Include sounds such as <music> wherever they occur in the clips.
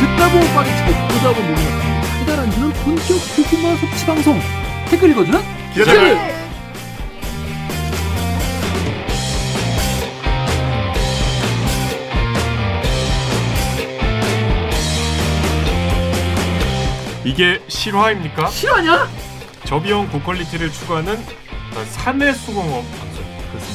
듣다 보면 빠개치고 보다 보면 모르는 달달한 주는 본격 고구마 섭취 방송 댓글 읽어주는 기자들 이게 실화입니까? 실화냐? 저비용 고퀄리티를 추구하는 3회 수공업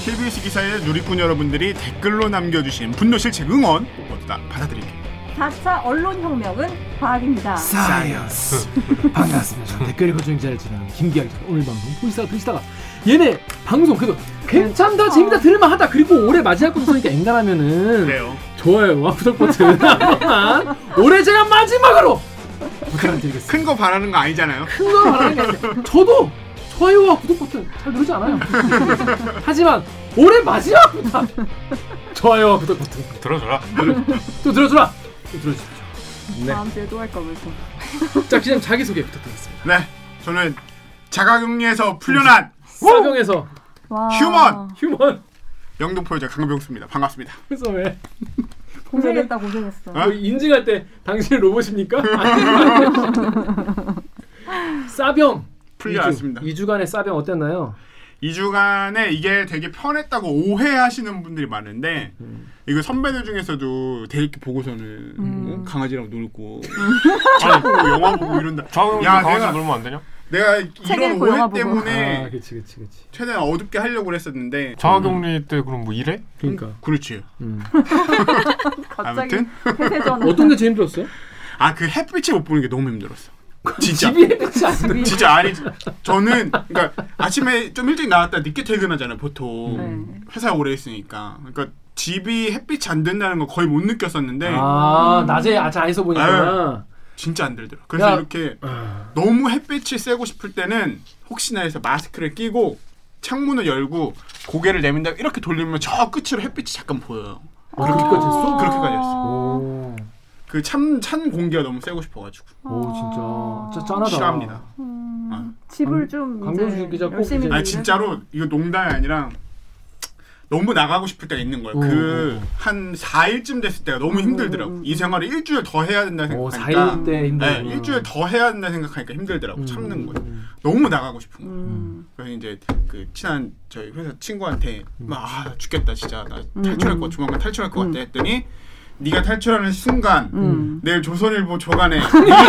KBS 기사의 누리꾼 여러분들이 댓글로 남겨주신 분노 실책 응원 모두 다 받아드릴게요. 4차 언론혁명은 과학입니다. 사이언스 반갑습니다 저는 댓글 읽어주는 기자를 진행하는 김기학 기자 오늘 방송 보시다가 들으시다가 얘네 방송 그래도 괜찮다 재밌다 들을만하다 그리고 올해 마지막 방송이니까 앵간하면은 그래요. 좋아요와 구독 버튼 한번만 올해 제가 마지막으로 부탁드리겠습니다 큰 거 바라는 거 아니잖아요. 큰 거 바라는 게 아니라 저도 좋아요와 구독 버튼 잘 누르지 않아요 하지만 올해 마지막 부탁 좋아요와 구독 버튼 들어줘라 또 들어주라 또 들어주십시오 네. 다음 주에 또 할 거면서. 자 기자님 자기소개 부탁드리겠습니다 네, 저는 자가격리에서 풀려난 사병에서 와. 휴먼! 휴먼 영등포 여자 강병수입니다. 반갑습니다. 그래서 왜 고생했다 고생했어. 어? 뭐 인증할 때 당신 로봇입니까? 싸병 풀려 났습니다. 2주간의 싸병 어땠나요? 이 주간에 이게 되게 편했다고 오해하시는 분들이 많은데 이거 선배들 중에서도 대학교 보고서는 어? 강아지랑 놀고 차 보고 영화 보고 이런다. 좌우용 야, 강아지 내가- 놀면 안 되냐? 내가 책 이런 읽고 영화 오해 보고. 때문에 아 그치 그치 그치 최대한 어둡게 하려고 그랬었는데 자가격리 때 그럼 뭐 이래? 그러니까 그렇지. 음. 갑자기 아무튼? 회세전. 어떤 게 제일 힘들었어요? 아 그 햇빛을 못 보는 게 너무 힘들었어. 진짜. 집이 해놓지 않는 진짜 아니 저는 그러니까 아침에 좀 일찍 나왔다 늦게 퇴근하잖아요 보통 네. 회사 오래 있으니까 그러니까 집이 햇빛이 안 된다는 거 거의 못 느꼈었는데 아 낮에 아자에서 보니까 진짜 안 들더라 그래서 야. 아. 이렇게 너무 햇빛이 쐬고 싶을 때는 혹시나 해서 마스크를 끼고 창문을 열고 고개를 내민다 이렇게 돌리면 저 끝으로 햇빛이 잠깐 보여요 아. 그렇게까지 했어? 그렇게까지 했어 오, 그 찬 찬 공기가 너무 쐬고 싶어가지고 오 진짜 진짜 짠하다 싫어합니다 아. 음, 집을 좀 강병수 이제 기자 꼭 열심히 이제- 아. 아니 놀이를 진짜로 이거 농담이 아니라 너무 나가고 싶을 때가 있는 거예요. 오, 그 한 4일쯤 됐을 때가 너무 힘들더라고. 이 생활을 일주일 더 해야 된다 오 생각하니까. 4일 음, 때 힘들어 그러니까. 네, 일주일 더 해야 된다 생각하니까 힘들더라고. 참는 거예요. 너무 나가고 싶은 음. 거예요. 음. 그래서 이제 그 친한 저희 회사 친구한테 막 아, 나 죽겠다 진짜 나 음, 탈출할 거 조만간 탈출할 것 같아 했더니 네가 탈출하는 순간 음. 내일 조선일보 조간에 이름이 나올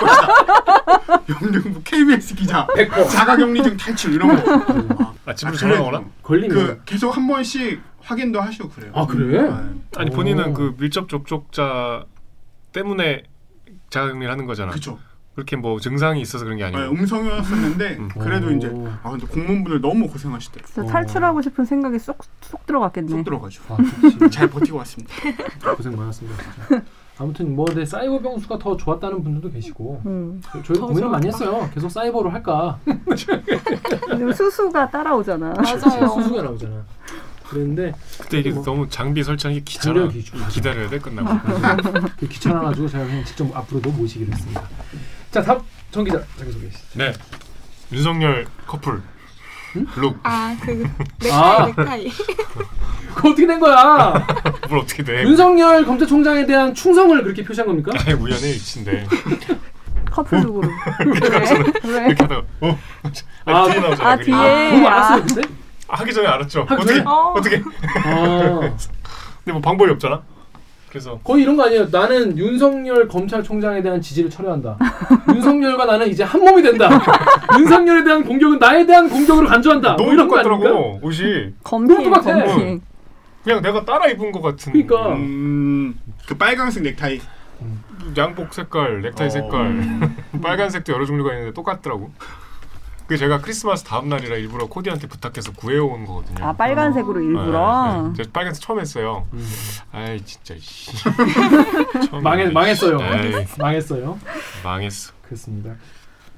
것이다. <laughs> 영등포 KBS 기자 자가격리증 탈출 이런 거. 아침에 그래요? 걸리면 그 계속 한 번씩 확인도 하시고 그래요. 아 그래? 아니 본인은 오. 그 밀접 접촉자 때문에 자가격리를 하는 거잖아 그렇죠. 그렇게 뭐 증상이 있어서 그런 게 아니고 음성이었었는데 그래도 오. 이제 아 근데 공무원분들 너무 고생하시더라고. 진짜 탈출하고 싶은 생각이 쏙 쏙 음. 쏙 들어갔겠네. 들어가지고 아, 그치. 잘 버티고 왔습니다. 고생 많았습니다. 진짜. 아무튼 뭐 내 사이버 병수가 더 좋았다는 분들도 계시고 음. 저희도 고민을 많이 했어요. 계속 사이버로 할까 근데 수수가 따라오잖아. <laughs> <laughs> 수수가 나오잖아. 그랬는데 그때 이게 뭐. 너무 장비 설치하는 게 귀찮아 자료 기준 기다려야 돼 끝나고 그 귀찮아가지고 제가 그냥 직접 앞으로도 모시기로 했습니다. 자 다음 정 기자 자기소개. 네 윤석열 커플 룩 아, 그 넥타이 아. 넥타이. 그거 어떻게 된 거야? 뭘 어떻게 돼 윤석열 검찰총장에 대한 충성을 그렇게 표시한 겁니까? 아니 우연의 일치인데 어? 커플 누구로? 왜? 왜? 이렇게 하다가 어? <laughs> 아, 아 뒤에 나오잖아 아 그게. 뒤에. 그거 알았어요 그때? 아, 하기 전에 알았죠 하기 어떻게 전에? 어떻게 아 근데 뭐 방법이 없잖아 그래서 거의 이런 거 아니에요. 나는 윤석열 검찰총장에 대한 지지를 <laughs> 철회한다. 윤석열과 나는 이제 한 몸이 된다. 윤석열에 대한 공격은 나에 대한 공격으로 간주한다. 뭐 너무 이런 거 아닙니까? 똑같더라고 옷이 검핑 똑같아. 검핑. 그냥 내가 따라 입은 것 같은 그러니까. 음. 음그 빨강색 넥타이 양복 색깔, 넥타이 음. 어. 색깔, <laughs> 빨간색도 여러 종류가 있는데 똑같더라고. 그 제가 크리스마스 다음 날이라 일부러 코디한테 부탁해서 구해온 거거든요. 아 어. 빨간색으로 아, 일부러. 네, 네. 제가 빨간색 처음 했어요. 아이 진짜. <laughs> 씨. 처음 망했 했는데, 망했어요. 에이, 망했어요. 망했어. 그렇습니다.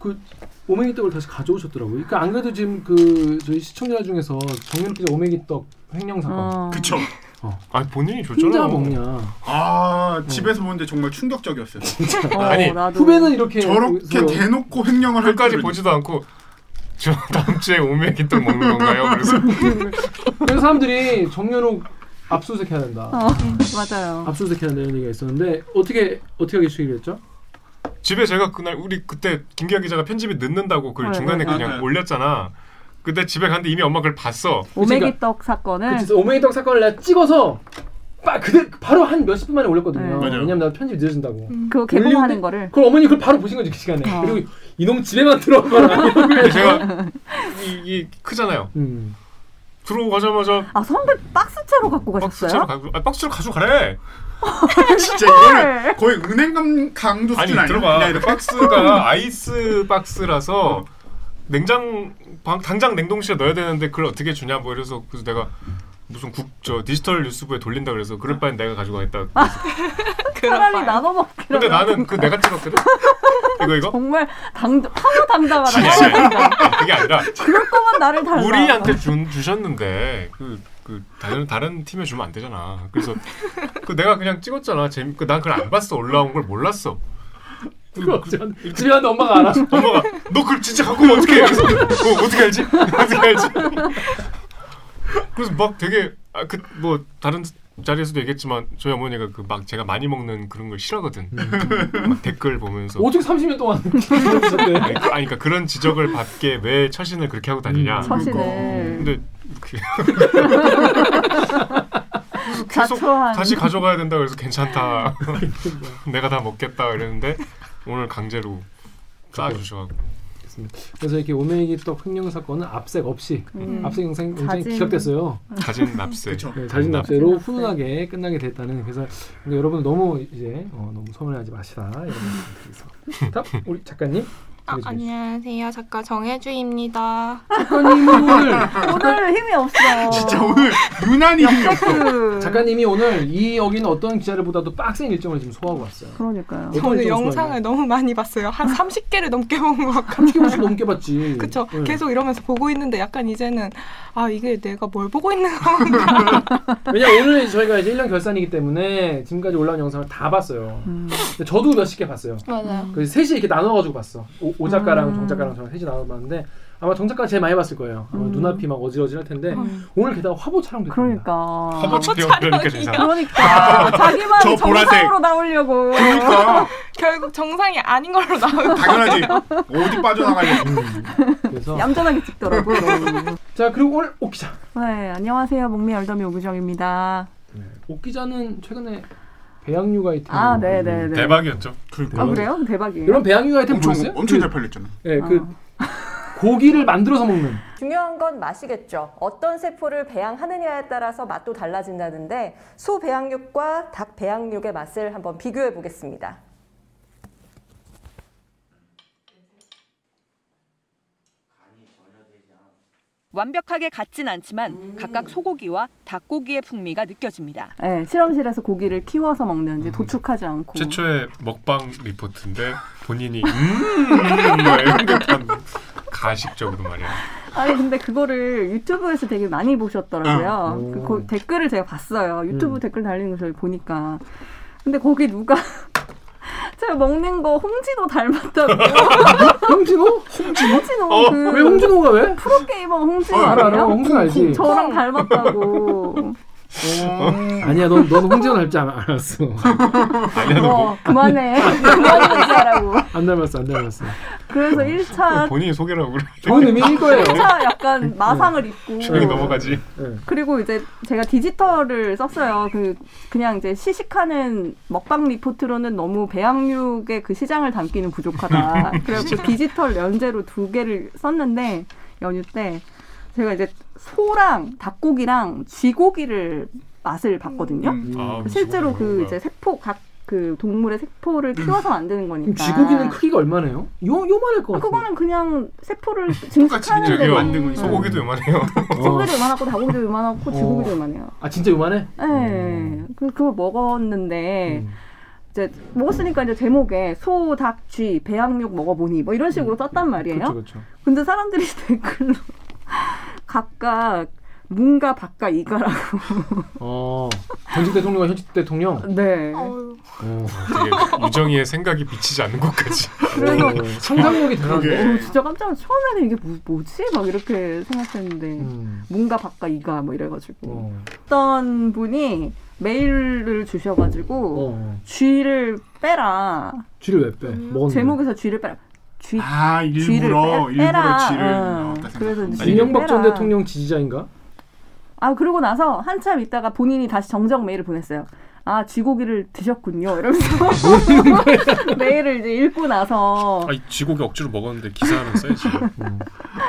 그 오메기 떡을 다시 가져오셨더라고요. 그러니까 안 그래도 지금 그 저희 시청자 중에서 정윤 기자 오메기 떡 횡령 사건. 어. 그쵸. 어, 아 본인이 줬잖아요. 혼자 먹냐. 아 집에서 음. 보는데 정말 충격적이었어요. 어, 아니, 나도. 후배는 이렇게 저렇게 서로- 대놓고 횡령을 할 네, 끝까지 줄은. 보지도 않고 저 <laughs> 다음 주에 오메기 또 먹는 건가요? 그래서 그래서 사람들이 정연욱 압수수색해야 된다. 어, 맞아요. 압수수색해야 된다는 얘기가 있었는데 어떻게 어떻게 하시기로 했죠? 집에 제가 그날 우리 그때 김기현 기자가 편집이 늦는다고 그걸 네, 중간에 네, 그냥 네. 올렸잖아. 근데 집에 갔는데 이미 엄마 그걸 <laughs> 봤어. 그러니까- 오메기 떡 사건을 그치, 오메이 떡 사건을 내가 찍어서 빠, 그대, 바로 한 몇십 분 만에 올렸거든요. 네. 맞아요. 왜냐면 나 편집이 늦어진다고. 그거 올리는데 개봉하는 거를 그걸 어머니 그걸 바로 보신 거지 그 시간에. 어. 그리고 이놈 집에만 <laughs> 들어가. 근데 제가 이, 이 크잖아요. 음. 들어가자마자 아 선배 박스채로 갖고 박스채로 가셨어요? 가고 아, 박스채로 가지고 가래. <laughs> 진짜 이거는 거의 은행 감 강도 아니 수준 아니야? 들어가. 그냥 근데 이렇게 박스가 아이스 박스라서 냉장 방, 당장 냉동실에 넣어야 되는데 그걸 어떻게 주냐 뭐 이래서 그래서 내가 무슨 국 저 디지털 뉴스부에 돌린다 그래서 그럴 바엔 내가 가지고 가겠다. 차라리 나눠 먹기로. 근데 나는 그 내가 찍었거든. 이거 이거. 정말 당 파고 아니, 당당하다. 아니, 아니. 그게 <laughs> 아니라 그럴 거면 나를 달라. 우리한테 준 주셨는데 그, 그 다른 다른 팀에 주면 안 되잖아. 그래서 그 내가 그냥 찍었잖아. 재미 그난 그걸 안 봤어. 올라온 걸 몰랐어. 그걸 어째 안- 집에 왔는데 엄마가 알아. 엄마가 너 그걸 진짜 갖고 오면 어떻게 해? 그래서 어, 어떻게 알지? 어떻게 알지? 그래서 막 되게 아, 그 뭐 다른 자리에서도 얘기했지만 저희 어머니가 그 막 제가 많이 먹는 그런 걸 싫어하거든. 막 댓글 보면서 오죽 30년 동안 <laughs> 그러셨대. 아니, 그, 아니 그러니까 그런 지적을 받게 왜 처신을 그렇게 하고 음, 다니냐. 사실은 근데 이렇게 계속 자초한. 다시 가져가야 된다 그래서 <laughs> 괜찮다. <laughs> 내가 다 먹겠다 이랬는데 오늘 강제로 싸주셔. 그래서 이렇게 오메기 떡 횡령 사건은 압색 없이 음. 압색 영상 영상이 자진. 기각됐어요. 가진 납세. 그쵸. 네, 납- 자진납세로 납세. 훈훈하게 끝나게 됐다는 그래서 근데 여러분 너무 이제 어, 너무 서운해하지 마시라 <laughs> 이런 말씀드리겠습니다. 다음 우리 작가님 아, 안녕하세요. 작가 정혜주입니다. 아, 작가님 오늘 오늘 힘이 없어. 진짜 오늘 유난히 힘이 없어. 네. 음, 그- 음. 작가님이 오늘 이 여기는 어떤 기자들보다도 빡센 일정을 지금 소화하고 왔어요. 음. 그러니까요. 어떤 저는 일정을 영상을 너무 많이 봤어요. 한 30개를 넘게 본 것 같아요. 소화했나요? 30분씩 넘게 봤지. <laughs> 그쵸? 네. 계속 이러면서 보고 있는데 약간 이제는 아, 이게 내가 뭘 보고 있는 <laughs> 건가. 왜냐 오늘 저희가 이제 1년 결산이기 때문에 지금까지 올라온 영상을 다 봤어요. 음. 근데 저도 몇십 개 봤어요. 맞아요. 그래서 셋이 이렇게 나눠가지고 봤어. 오, 오 작가랑 음. 정 작가랑 저랑 셋이 나눠봤는데 아마 정 작가 가 제일 많이 봤을 거예요. 아마 음. 눈앞이 막 어지러질 텐데 음. 오늘 게다가 화보 촬영도 했답니다. 그러니까. 화보 촬영 그러니까 진짜. 그러니까 자기만 저 보라색. 정상으로 나오려고. 그러니까 결국 정상이 아닌 걸로 네. 나오고. 당연하지. 어디 빠져나가려고. 음. 그래서 얌전하게 찍더라고. 자 그리고 오늘 옥 기자. 네, 안녕하세요. 목미 열더미 오구정입니다. 옥 기자는 최근에 배양육 아이템. 아, 네, 네, 네. 대박이었죠. 아 그러니까. 그래요? 대박이에요. 음, 이런 배양육 아이템 엄청 보셨어요? 엄청 잘 그, 팔렸잖아. 예, 그 어. 고기를 만들어서 먹는. 중요한 건 맛이겠죠. 어떤 세포를 배양하느냐에 따라서 맛도 달라진다는데 소 배양육과 닭 배양육의 맛을 한번 비교해 보겠습니다. 완벽하게 같진 않지만 각각 소고기와 닭고기의 풍미가 느껴집니다. 네, 실험실에서 고기를 키워서 음. 먹는지 도축하지 않고. 최초의 먹방 리포트인데 본인이 음 막 이런 <laughs> 게참 가식적으로 말이야. 아니 근데 그거를 유튜브에서 되게 많이 보셨더라고요. 응. 그, 음. 오. 거- 댓글을 제가 봤어요. 유튜브 음. 댓글 달리는 거 저희 보니까. 근데 거기 누가 <laughs> 제가 먹는 거 홍진호 <laughs> 닮았다고. 홍진호? 홍진호 어, 그 왜 홍진호가 왜? 프로게이머 홍진호 알아 알아 알아요? 홍진호 알지. 저랑 닮았다고. 어. 음. 아니야 넌 넌 홍진호 닮지 않- 않았어. 아니야 너뭐 어, <laughs> 그만해. 그만해 하라고. 안 닮았어 안 닮았어. 그래서 어, 1차 본인이 소개라고 그래. <laughs> 좋은 의미일 거예요. 1차 어. 약간 마상을 입고 조용히 넘어가지. 예. 그리고 이제 제가 디지털을 썼어요. 그 그냥 이제 시식하는 먹방 리포트로는 너무 배양육의 그 시장을 <laughs> 담기는 부족하다. 그래서 디지털 연재로 두 개를 썼는데 연휴 때 제가 이제 소랑 닭고기랑 쥐고기를 맛을 봤거든요. 음. 음. 아, 실제로 그 뭐야. 이제 세포 각 그 동물의 세포를 키워서 만드는 그럼 거니까. 음. 쥐고기는 크기가 얼마나요? 요 요만할 것 아, 같아. 그러니까. 그거는 그냥 세포를 똑같이 그냥 증식하는 데 저기요. 만든 거 음. 소고기도 요만해요. 소고기도 요만하고 닭고기도 요만하고 쥐고기도 어. 요만해요. 아 진짜 요만해? 네, 그 그걸 먹었는데 음. 이제 먹었으니까 이제 제목에 소, 닭, 쥐, 배양육 먹어보니 뭐 음. 이런 식으로 <laughs> 썼단 말이에요. 그렇죠 그렇죠. 근데 사람들이 댓글로 각각 뭔가 바까 이가라고. 어 전직 대통령과 현직 대통령. 네. 어휴, 오. 되게 유정이의 생각이 비치지 않는 곳까지. 그래서 어, 상상력이 대단해. 음. 어, 진짜 깜짝 놀랐- 처음에는 이게 뭐, 뭐지? 막 이렇게 생각했는데 음. 뭔가 바까 이가 뭐 이래가지고 어. 어떤 분이 메일을 주셔가지고 어. 쥐를 빼라 쥐를 왜 빼? 먹었는데. 음, 제목에서 쥐를 빼라 쥐 아 쥐를 일부러 빼- 일부러 빼라. 쥐를 어. 넣었다 생각. 그래서 이제 쥐를 이명박 전 빼라. 대통령 지지자인가? 아 그러고 나서 한참 있다가 본인이 다시 정정 메일을 보냈어요. 아 쥐고기를 드셨군요. <laughs> 이러면서 메일을 이제 읽고 나서 <laughs> 아니 쥐고기 억지로 먹었는데 기사하면 써야지.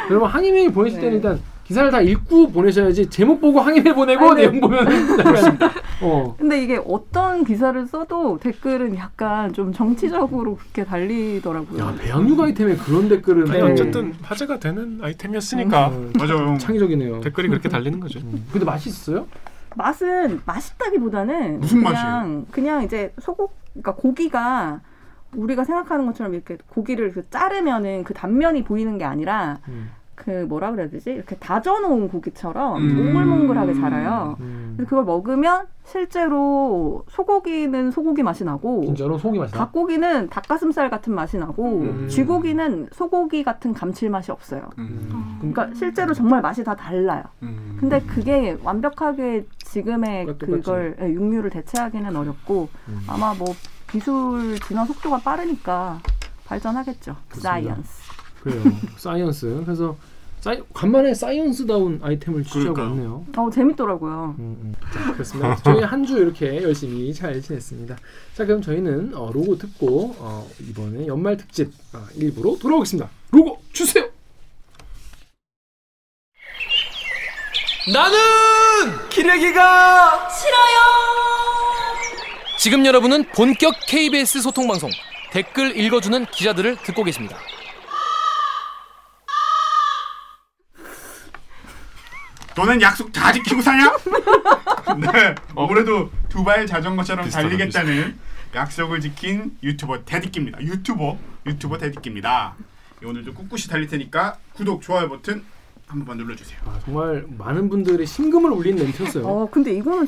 여러분 항의메일 보내실 때는 네. 일단 기사를 다 읽고 보내셔야지 제목 보고 항의메일 보내고 아, 네. 내용 보면 그렇습니다. 어. 근데 이게 어떤 기사를 써도 댓글은 약간 좀 정치적으로 그렇게 달리더라고요. 야 배양육 아이템에 그런 댓글은 아니 네. 어쨌든 화제가 되는 아이템이었으니까 어, 맞아요. 창의적이네요. 댓글이 그렇게 달리는 거죠. 근데 맛있어요? 맛은 맛있다기보다는 무슨 그냥 그냥 이제 소고 그러니까 고기가 우리가 생각하는 것처럼 이렇게 고기를 그 자르면은 그 단면이 보이는 게 아니라 음. 그 뭐라 그래야 되지 이렇게 다져놓은 고기처럼 음. 몽글몽글하게 자라요. 음. 그래서 그걸 먹으면 실제로 소고기는 소고기 맛이 나고 진짜로 속이 맛있다. 닭고기는 닭가슴살 같은 맛이 나고 음. 쥐고기는 소고기 같은 감칠맛이 없어요. 음. 그러니까 실제로 정말 맛이 다 달라요. 음. 근데 그게 완벽하게 지금의 똑같- 그걸 예, 육류를 대체하기는 어렵고 음. 아마 뭐 기술 진화 속도가 빠르니까 발전하겠죠. 사이언스. 그래요. 사이언스. 그래서 사이, 간만에 사이언스다운 아이템을 취재하고 그러니까요. 왔네요. 어 재밌더라고요. 음, 음. 자, 그렇습니다. 저희 한 주 이렇게 열심히 잘 지냈습니다. 자, 그럼 저희는 어, 로고 듣고 어, 이번에 연말 특집 어, 일부로 돌아오겠습니다. 로고 주세요. 나는 기레기가 싫어요. 지금 여러분은 본격 KBS 소통 방송 댓글 읽어주는 기자들을 듣고 계십니다. 너는 약속 다 지키고 사냐? <laughs> 네. 올해도 두바이 자전거처럼 어. 비슷하다, 달리겠다는 약속을 지킨 유튜버 대디끼입니다. 유튜버 유튜버 대디끼입니다. 예, 오늘도 꿋꿋이 달릴 테니까 구독 좋아요 버튼 한 번만 눌러주세요. 아, 정말 많은 분들의 심금을 울린 멘트였어요. 어 근데 이거는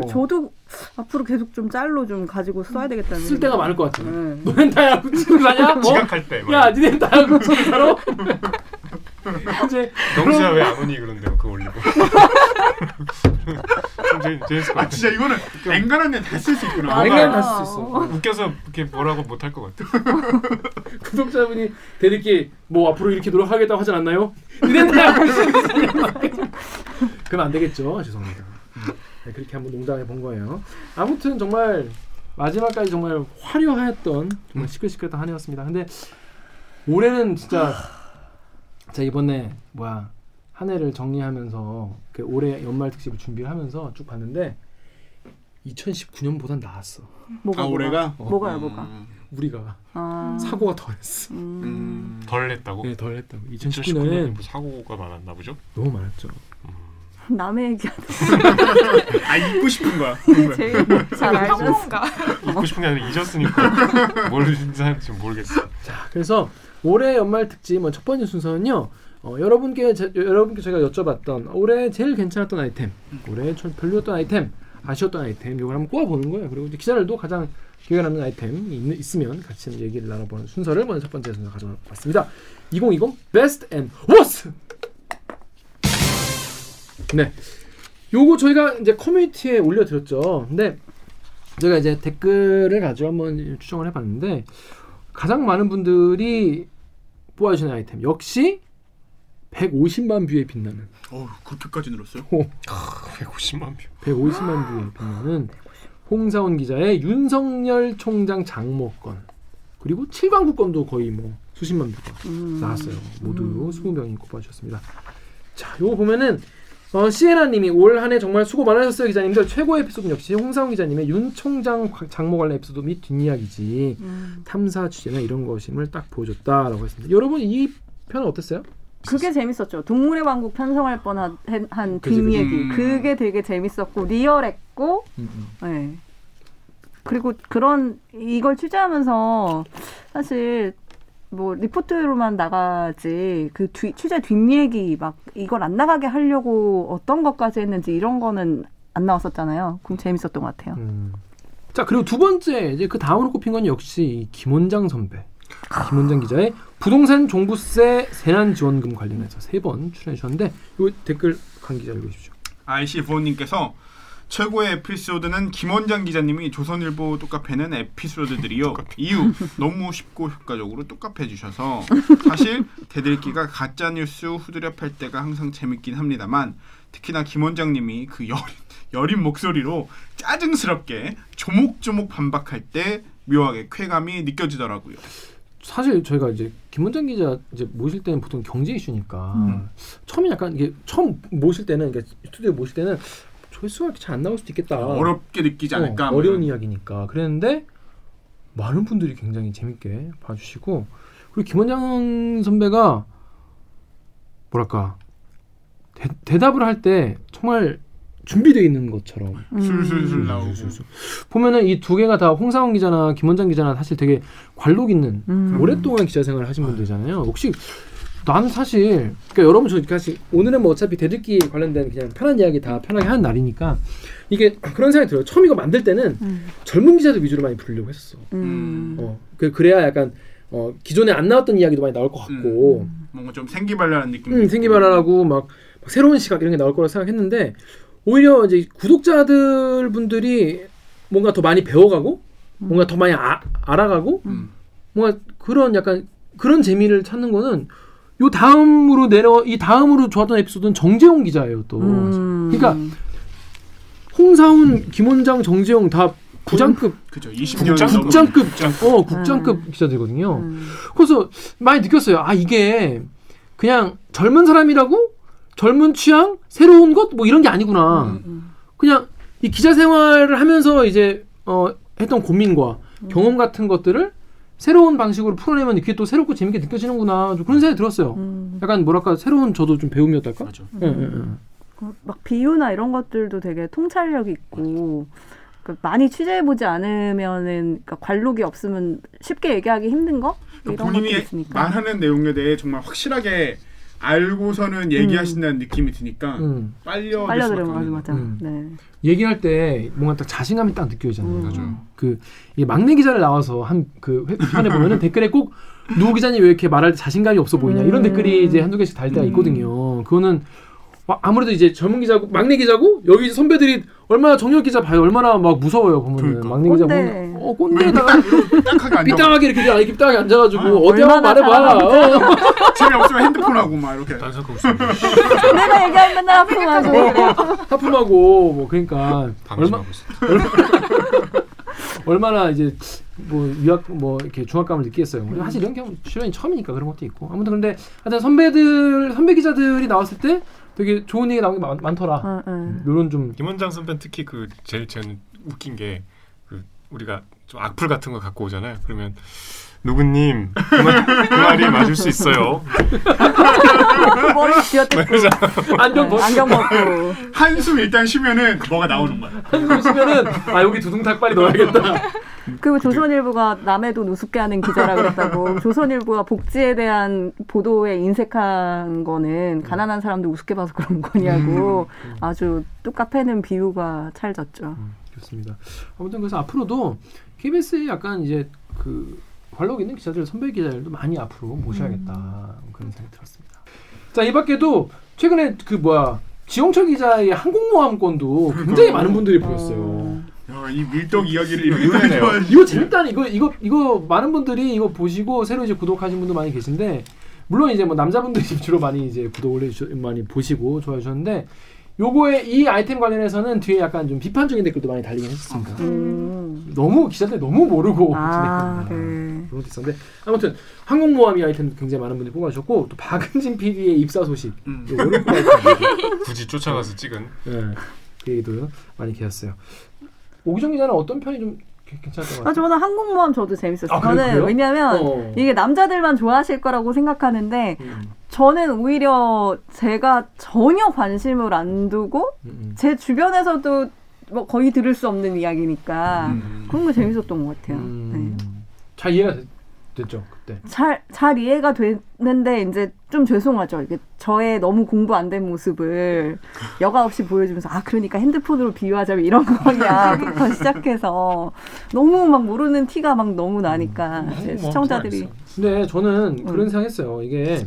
네. 어. 저도 앞으로 계속 좀 짤로 좀 가지고 써야 되겠다는 쓸 데가 많을 것 같아요. 네. 너넨 <laughs> 다 야구 치고 사냐? 뭐? 지각할 때. 막. 야, 니넨 다 야구 치고 살아? 이제 영수야 왜 안 오니 그런데 그거 <laughs> 올리고. 좀 재- 재밌을 것 아 같아. 진짜 이거는 앵간한 데다 쓸 수 아, 있구나. 네. 냉간 할수 있어. 웃겨서 이렇게 뭐라고 못할 것 같아. 구독자분이 대들기 뭐 앞으로 이렇게 노력하겠다고 하진 않나요? 니네 다 그럼 안 되겠죠. 죄송합니다. 네, 그렇게 한번 농담해 본 거예요. 아무튼 정말 마지막까지 정말 화려했던 음. 정말 시끌시끌했던 한 해였습니다. 근데 올해는 진짜 제가 이번에 뭐야 한 해를 정리하면서 그 올해 연말 특집을 준비하면서 쭉 봤는데 2019년보단 나았어. 뭐가 아, 뭐가? 올해가? 뭐가요 뭐가? 우리가 아, 사고가 덜했어. 음. 덜 했다고. 네, 덜했다고. 2019년에 2019년은 뭐 사고가 많았나 보죠. 너무 많았죠. 남의 얘기 하는 아 잊고 싶은 <laughs> 거야. 게 제일 잘 알죠. 평론가. 잊고 싶은 게 아니라 <laughs> 잊었으니까 모르는 사람 지금 모르겠어. 자, 아, 그래서 올해 연말 특집 뭐첫 번째 순서는요. 어, 여러분께 제, 여러분께 제가 여쭤봤던 올해 제일 괜찮았던 아이템, 올해 좀 별로였던 아이템, 아쉬웠던 아이템 이걸 한번 꼽아보는 거예요. 그리고 이제 기자들도 가장 기억에 남는 아이템이 있, 있으면 같이 얘기를 나눠보는 순서를 먼저 첫 번째 순서 가져왔습니다. 2020 Best and Worst. 네, 요거 저희가 이제 커뮤니티에 올려드렸죠. 근데 저희가 이제 댓글을 가지고 한번 추정을 해봤는데 가장 많은 분들이 뽑아주신 아이템 역시 150만 뷰에 빛나는 어 그렇게까지 늘었어요? 150만 그 뷰. 150만 뷰에 빛나는 홍사원 기자의 윤석열 총장 장모 건 그리고 칠광구 건도 거의 뭐 수십만 뷰가 음. 나왔어요 모두 20명이 뽑아주셨습니다 자 요거 보면은 어, 시에나님이 올 한 해 정말 수고 많으셨어요 기자님들 최고의 에피소드 역시 홍사원 기자님의 윤 총장 장모 관련 에피소드 및 뒷이야기지 음. 탐사 취재나 이런 것임을 딱 보여줬다라고 했습니다 여러분 이 편은 어땠어요? 그게 재밌었죠. 동물의 왕국 편성할 뻔한 한- 한 그지, 그지. 뒷얘기. 음. 그게 되게 재밌었고 리얼했고 네. 그리고 그런 이걸 취재하면서 사실 뭐 리포트로만 나가지 그 뒤, 취재 뒷얘기 막 이걸 안 나가게 하려고 어떤 것까지 했는지 이런 거는 안 나왔었잖아요. 그럼 재밌었던 것 같아요. 음. 자 그리고 두 번째 이제 그 다음으로 꼽힌 건 역시 이 김원장 선배, 김원장 기자의 부동산 종부세 세난 지원금 관련해서 세 번 출연해 주셨는데 이 댓글 강 기자 읽으십시오. RC 보님께서 최고의 에피소드는 김원장 기자님이 조선일보 똑카페는 에피소드들이요. 이유 너무 쉽고 효과적으로 똑카페 <laughs> 해주셔서 사실 대들기가 가짜 뉴스 후드려 팔 때가 항상 재밌긴 합니다만 특히나 김원장님이 그 여린, 여린 목소리로 짜증스럽게 조목조목 반박할 때 묘하게 쾌감이 느껴지더라고요. 사실 저희가 이제 김원장 기자 이제 모실 때는 보통 경제 이슈니까 음. 처음에 약간 이게 처음 모실 때는 이게 스튜디오 모실 때는 조회수가 이렇게 잘 안 나올 수도 아, 있겠다. 어렵게 느끼지 않을까? 어, 어려운 이야기니까 그랬는데 많은 분들이 굉장히 재밌게 봐주시고 그리고 김원장 선배가 뭐랄까 대, 대답을 할 때 정말 준비되어 있는 것처럼 음. 술술술 나오고 보면은 이 두 개가 다 홍사원 기자나 김원장 기자나 사실 되게 관록 있는 음. 오랫동안 기자 생활을 하신 분들이잖아요. 혹시 나는 사실 그러니까 여러분 저 사실 오늘은 뭐 어차피 대들기 관련된 그냥 편한 이야기 다 편하게 하는 날이니까 이게 그런 생각이 들어요. 처음 이거 만들 때는 젊은 기자들 위주로 많이 부르려고 했었어. 음, 어, 그 그래야 약간 어, 기존에 안 나왔던 이야기도 많이 나올 것 같고 뭔가 좀 생기발랄한 느낌. 음, 생기발랄하고 막, 막 새로운 시각 이런 게 나올 거라 생각했는데 오히려 이제 구독자들 분들이 뭔가 더 많이 배워가고 뭔가 더 많이 아- 알아가고 음. 뭔가 그런 약간 그런 재미를 찾는 거는 요 다음으로 내려 이 다음으로 좋았던 에피소드는 정재용 기자예요 또 음. 그러니까 홍사훈 김원장 정재용 다 부장급 그죠. 20년 국장? 넘은 국장급 음. 국장. 어 국장급 기자들거든요 그래서 많이 느꼈어요. 아 이게 그냥 젊은 사람이라고 젊은 취향 새로운 것 뭐 이런 게 아니구나. 그냥 이 기자 생활을 하면서 이제 어, 했던 고민과 경험 같은 것들을 새로운 방식으로 풀어내면 그게 또 새롭고 재밌게 느껴지는구나 좀 그런 생각이 들었어요. 음. 약간 뭐랄까 새로운 저도 좀 배움이었달까. 맞아. 예, 예, 예. 어, 막 비유나 이런 것들도 되게 통찰력 있고 그러니까 많이 취재해보지 않으면은 그러니까 관록이 없으면 쉽게 얘기하기 힘든 거 그러니까 이런 것도 본인이 있으니까 말하는 내용에 대해 정말 확실하게 알고서는 얘기하신다는 느낌이 드니까 음. 빨려 빨려 들어가지 맞아. 맞아. 음. 네. 얘기할 때 뭔가 딱 자신감이 딱 느껴지잖아요. 음. 맞아요. 그 이게 막내 기자를 나와서 한그 회판에 보면은 댓글에 꼭 누구 기자님 왜 이렇게 말할 때 자신감이 없어 보이냐 이런 음. 댓글이 이제 한두 개씩 달 때가 음. 있거든요. 그거는 와, 아무래도 이제 젊은 기자고 막내 기자고 여기 선배들이 얼마나 정력 기자 봐요. 얼마나 막 무서워요 보면은 그러니까. 막내 기자 꼰대. 보면 어 꼰대에다가 딱하게 앉아. 삐딱하게 이렇게 그냥 삐딱하게 앉아가지고 아, 어디 한번 얼마나 말해봐. 어. 재미없으면 핸드폰하고 막 <laughs> 이렇게. 단서가 없습니다. 내가 얘기하면 맨날 하품하고 하품하고 뭐 그러니까 얼마 방심하고 있어요. 얼마나 이제 뭐 유학 뭐 이렇게 중압감을 느끼겠어요. 사실 이런 경우 출연이 처음이니까 그런 것도 있고 아무튼 근데 하여튼 선배들 선배 기자들이 나왔을 때 되게 좋은 얘기 나온 게 많, 더라 응, 응. 이런 좀 김원장 선배 는 특히 그 제일 저는 웃긴 게 그 우리가 좀 악플 같은 거 갖고 오잖아요. 그러면 누구님 그, 말, 그 말이 맞을 수 있어요. 그 머리 쥐어뜯고 안경 벗 아, 네. 안경 벗고 한숨 일단 쉬면은 뭐가 나오는 거야. 보시면은 아 여기 두둥탁 빨리 넣어야겠다. 그리고 조선일보가 남의도 우습게 하는 기자라 그랬다고 <laughs> 조선일보가 복지에 대한 보도에 인색한 음. 거는 가난한 사람들 우습게 봐서 그런 거냐고 아주 뚝카페는 비유가 찰졌죠. 좋습니다. 아무튼 그래서 앞으로도 KBS에 약간 이제 그 관록 있는 기자들 선배 기자들도 많이 앞으로 모셔야겠다 음. 그런 생각이 들었습니다. 자 이 밖에도 최근에 그 뭐야 지용철 기자의 항공모함권도 음. 굉장히 많은 분들이 보셨어요. 야, 이 밀떡 이야기를 이렇게 의외네요. 좋아해. 이거 재밌다. 이거 이거 이거 많은 분들이 이거 보시고 새로 이제 구독하신 분도 많이 계신데 물론 이제 뭐 남자분들이 <laughs> 주로 많이 이제 구독을 해주 많이 보시고 좋아해 주셨는데 요거에 이 아이템 관련해서는 뒤에 약간 좀 비판적인 댓글도 많이 달리긴 했었습니다. 음. 너무 기자들 너무 모르고 아, 지냈구나. 네. 그런 것도 있었는데 아무튼 항공모함 이 아이템도 굉장히 많은 분들이 뽑아주셨고 또 박은진 PD의 입사 소식 음. 요거를 뽑아주셨는데 굳이 쫓아가서 찍은 예, 그 얘기도 많이 계셨어요. 오기정 기자는 어떤 편이 좀 괜찮았던 것 아, 같아요? 저는 항공모함 저도 재밌었어요. 아, 그래요? 저는 그래요? 왜냐면 어. 이게 남자들만 좋아하실 거라고 생각하는데 음, 저는 오히려 제가 전혀 관심을 안 두고 음, 음. 제 주변에서도 뭐 거의 들을 수 없는 이야기니까 음. 그런 거 재밌었던 것 같아요. 네. 음, 잘 이해가 됐- 됐죠 그때. 잘, 잘 이해가 됐는데 이제 좀 죄송하죠. 이게 저의 너무 공부 안 된 모습을 여과 없이 보여주면서 아 그러니까 핸드폰으로 비유하자면 이런 거냐부터 시작해서 너무 막 모르는 티가 막 너무 나니까 이제 뭐 시청자들이 근데 저는 그런 생각했어요. 이게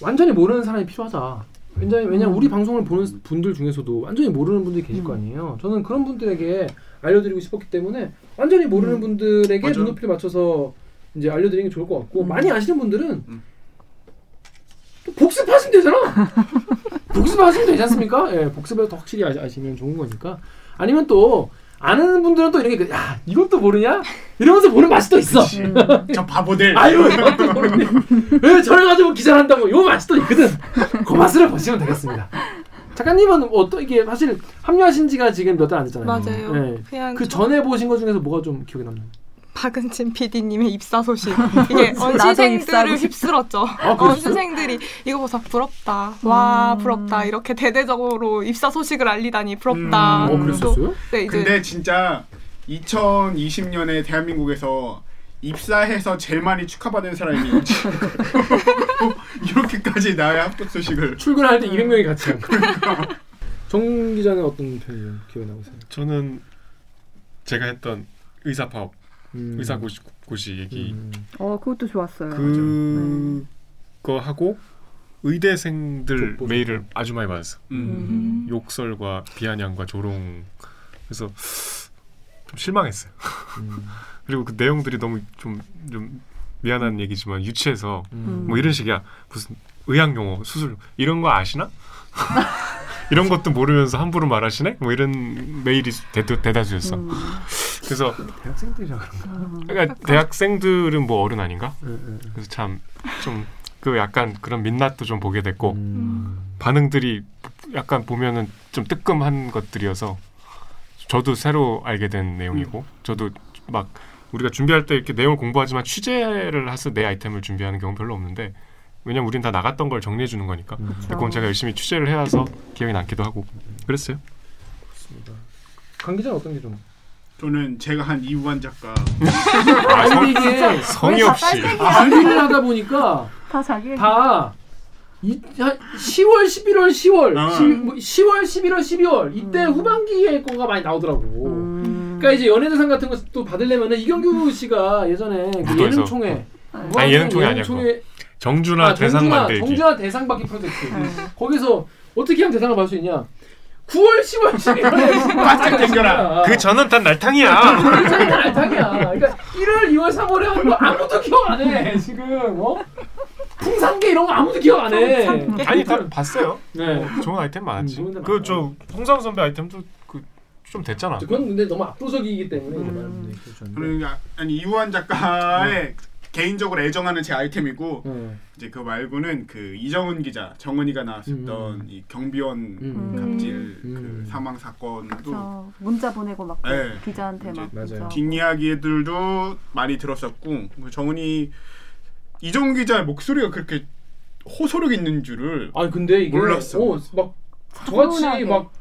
완전히 모르는 사람이 필요하다. 왜냐면 왜냐 우리 방송을 보는 분들 중에서도 완전히 모르는 분들이 계실 거 아니에요. 저는 그런 분들에게 알려드리고 싶었기 때문에 완전히 모르는 분들에게 맞아요. 눈높이를 맞춰서 이제 알려드리는 게 좋을 것 같고 많이 아시는 분들은 음. 또 복습하시면 되잖아. <laughs> 복습하시면 되지 않습니까? 예, 복습을 더 확실히 아시, 아시면 좋은 거니까. 아니면 또 아는 분들은 또 이렇게 그, 야 이것도 모르냐 이러면서 보는 맛이 또 있어. 저 바보들. 아유, 이것도 모르네. 왜 저를 가지고 기사를 한다고 요 맛이 또 있거든. 그 맛을 보시면 되겠습니다. 작가님은 어떤 이게 사실 합류하신 지가 지금 몇 달 안 됐잖아요. <laughs> 맞아요. 네. 그냥 그 전에 보신 것 중에서 뭐가 좀 기억에 남나요? 박은진 PD님의 <laughs> 입사 소식 이게 나도 입사하고 언시생들을 싶다. 휩쓸었죠. 아, 그랬어요? 음. 언시생들이 이거 보자 부럽다. 와 부럽다. 이렇게 대대적으로 입사 소식을 알리다니 부럽다. 어, 그랬었어요? 네 이제 근데 진짜 2020년에 대한민국에서 입사해서 제일 많이 축하받은 사람이 <laughs> 이지. 이렇게까지 나의 합격 소식을 출근할 때 200명이 같이 한 거. <laughs> 정 기자는 어떤 편이 좀 기억에 남으세요? 저는 제가 했던 의사 파업, 음. 의사 고시, 고시 얘기 음. 어 그것도 좋았어요. 그거 하고 의대생들 족보. 메일을 아주 많이 받았어. 음. 음. 욕설과 비아냥과 조롱. 그래서 좀 실망했어요. <laughs> 그리고 그 내용들이 너무 좀, 좀 미안한 얘기지만 유치해서 뭐 이런 식이야. 무슨 의학 용어, 수술 이런 거 아시나? <laughs> 이런 것도 모르면서 함부로 말하시네? 뭐 이런 메일이 대, 대다수였어. 그래서 대학생들이라 그런가? 그러니까 대학생들은 뭐 어른 아닌가? 예, 예. 그래서 참 좀 그 약간 그런 민낯도 좀 보게 됐고 음. 반응들이 약간 보면은 좀 뜨끔한 것들이어서 저도 새로 알게 된 내용이고 저도 막 우리가 준비할 때 이렇게 내용을 공부하지만 취재를 해서 내 아이템을 준비하는 경우 는 별로 없는데 왜냐면 우린 다 나갔던 걸 정리해 주는 거니까 근데 그건 제가 열심히 취재를 해와서 기억이 남기도 하고 그랬어요 강 기자는 어떤 게 좀? 저는 제가 한 이우환 작가 아니 이게 성의 없이 준비를 아, 그 하다 보니까 다 자기 다 이, 한 10월, 11월, 10월, 어. 뭐 아. 10, 월 11월, 12월 이때 음. 후반기에 거가 많이 나오더라고. 그러니까 이제 연예대상 같은 것도 받으려면은 이경규 씨가 예전에 그 무도에서. 예능총회 음. 뭐 아니, 예능총회 아니야, 예능총회- 아, 아, 정준하 대상 정준하- 만들기 정준하 대상 받기 프로젝트 음. 거기서 어떻게 하면 대상을 받을 수 있냐? 9월, 10월, <laughs> 11월에 바짝 당겨라. 그 전원탄 날탕이야 전쟁은 알탕이야. 그러니까 1월, 2월, 3월에 하는 거 아무도 기억 안 해. 지금 어? 풍산계 이런 거 아무도 기억 안 해. 아니 다 봤어요 네. 좋은 아이템 많았지. 음, 좋은 데 그 저 홍상 선배 아이템도 그 좀 됐잖아. 그건 근데 너무 압도적이기 때문에 이제 말하는 게 그렇죠. 저는 아- 아니 이우환 작가의 개인적으로 애정하는 제 아이템이고 음. 이제 그 말고는 그 이정은 기자 정은이가 나왔었던 음. 이 경비원 음. 갑질 음. 그 사망 사건도 저 문자 보내고 막그 네. 기자한테 막 맞아요. 문자. 뒷이야기들도 많이 들었었고 그 정은이 이정은 기자의 목소리가 그렇게 호소력 있는 줄을 아니 근데 이게 몰랐어. 어, 막 저같이 차분하게. 막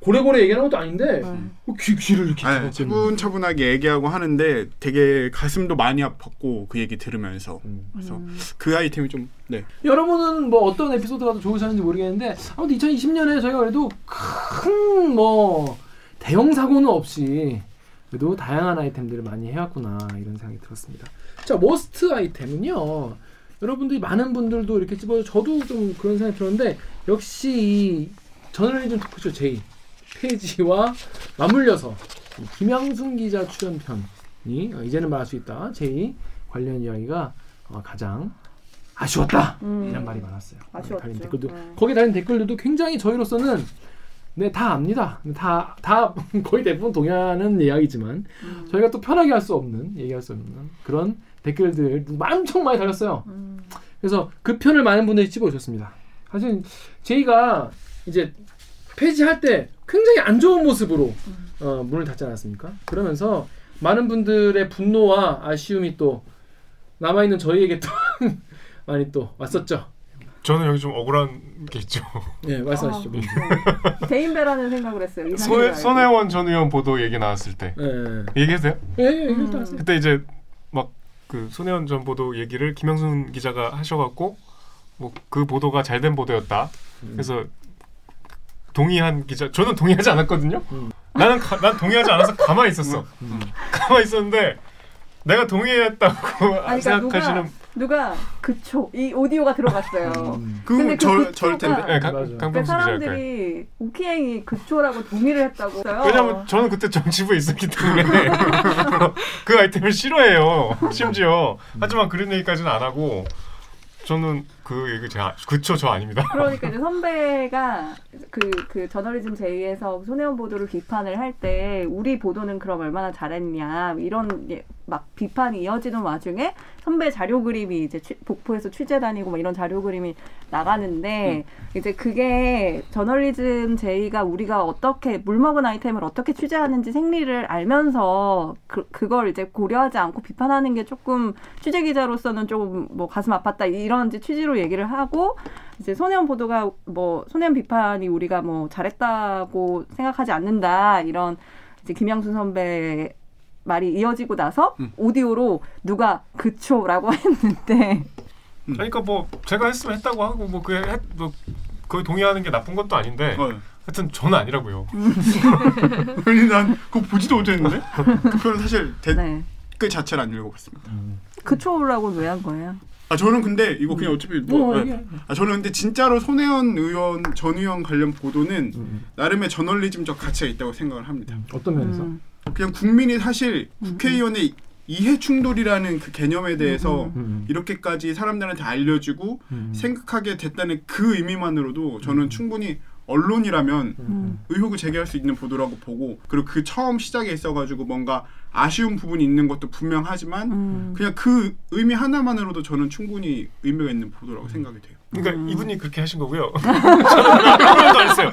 고래고래 얘기하는 것도 아닌데 음. 어, 귀, 귀를 이렇게 네, 집어넣는. 차분차분하게 얘기하고 하는데 되게 가슴도 많이 아팠고 그 얘기 들으면서 음. 그래서 그 아이템이 좀 네. 여러분은 뭐 어떤 에피소드가 더 좋으셨는지 모르겠는데 아무튼 2020년에 저희가 그래도 큰 뭐 대형 사고는 없이 그래도 다양한 아이템들을 많이 해왔구나 이런 생각이 들었습니다. 자 머스트 아이템은요 여러분들이 많은 분들도 이렇게 집어 저도 좀 그런 생각이 들었는데 역시 이 저널리즘 토크쇼 J 페이지와 맞물려서 이 김양순 기자 출연편이 어, 이제는 말할 수 있다 J 관련 이야기가 어, 가장 아쉬웠다 음. 이런 말이 많았어요. 아쉬웠죠. 달린 댓글도 네. 거기 달린 댓글들도 굉장히 저희로서는 네 다 압니다. 다 다 <laughs> 거의 대부분 동의하는 이야기지만 음. 저희가 또 편하게 할 수 없는 얘기할 수 없는 그런 댓글들 엄청 많이 달렸어요. 음. 그래서 그 편을 많은 분들이 집어오셨습니다. 사실 제이가 이제 폐지할 때 굉장히 안 좋은 모습으로 음. 어, 문을 닫지 않았습니까? 그러면서 많은 분들의 분노와 아쉬움이 또 남아있는 저희에게 또 <laughs> 많이 또 왔었죠. 저는 여기 좀 억울한 게 <laughs> 있죠. 네 말씀하시죠. 예, 대인배라는 생각을 했어요. 네. 이 손 사람들 알고. 손혜원 전 의원 보도 얘기 나왔을 때 예, 얘기해도 돼요? 예, 예, 일단 하세요. 그때 이제 막 그 손혜원 전 보도 얘기를 김영순 기자가 하셔갖고 뭐 그 보도가 잘된 보도였다. 음. 그래서 동의한 기자 저는 동의하지 않았거든요. 음. 나는 가, 난 동의하지 않아서 가만히 있었어. 가만히 있었는데 내가 동의했다고 아니, 그러니까 생각하시는 누가 그쵸 이 오디오가 들어갔어요. 근데 그 그건 구조가- 절절 텐데. 예, 강- 맞아. 그 강병수 기자일까요? 사람들이 우키행이 그초라고 동의를 했다고. 했어요. 왜냐면 저는 그때 정치부에 있었기 때문에 <laughs> 그 아이템을 싫어해요. 심지어 하지만 그런 얘기까지는 안 하고 저는 그 얘기 제가 그쵸 저 아닙니다. 그러니까 이제 선배가 그 그 저널리즘 제의에서 손혜원 보도를 비판을 할 때 우리 보도는 그럼 얼마나 잘했냐 이런 예- 막 비판이 이어지는 와중에 선배 자료 그림이 이제 취- 복포에서 취재 다니고 막 이런 자료 그림이 나가는데 이제 그게 저널리즘 제의가 우리가 어떻게 물먹은 아이템을 어떻게 취재하는지 생리를 알면서 그, 그걸 이제 고려하지 않고 비판하는 게 조금 취재 기자로서는 조금 뭐 가슴 아팠다 이런 이제 취지로 얘기를 하고 이제 손혜원 보도가 뭐 손혜원 비판이 우리가 뭐 잘했다고 생각하지 않는다 이런 이제 김양순 선배 말이 이어지고 나서 오디오로 누가 그초라고 했는데 그러니까 뭐 제가 했으면 했다고 하고 뭐 그게 했- 뭐 그거 동의하는 게 나쁜 것도 아닌데 어. <laughs> 하여튼 저는 아니라고요. 아니 난 그거 보지도 못했는데 그 표현 사실 댓글 네 자체를 안 읽어봤습니다. 그초라고 왜 한 거예요? 아 저는 근데 이거 그냥 어차피 뭐, 뭐, 네. 이게- 아 저는 근데 진짜로 손혜원 의원 전 의원 관련 보도는 나름의 저널리즘적 가치가 있다고 생각을 합니다. 네, 어떤 면에서? 음. 그냥 국민이 사실 국회의원의 이해 충돌이라는 그 개념에 대해서 음. 이렇게까지 사람들한테 알려주고 음. 생각하게 됐다는 그 의미만으로도 저는 충분히 언론이라면 음. 의혹을 제기할 수 있는 보도라고 보고 그리고 그 처음 시작에 있어가지고 뭔가 아쉬운 부분이 있는 것도 분명하지만 음. 그냥 그 의미 하나만으로도 저는 충분히 의미가 있는 보도라고 음. 생각이 돼요. 그러니까 이분이 그렇게 하신 거고요. <laughs> 저는 아무것도 안 했어요.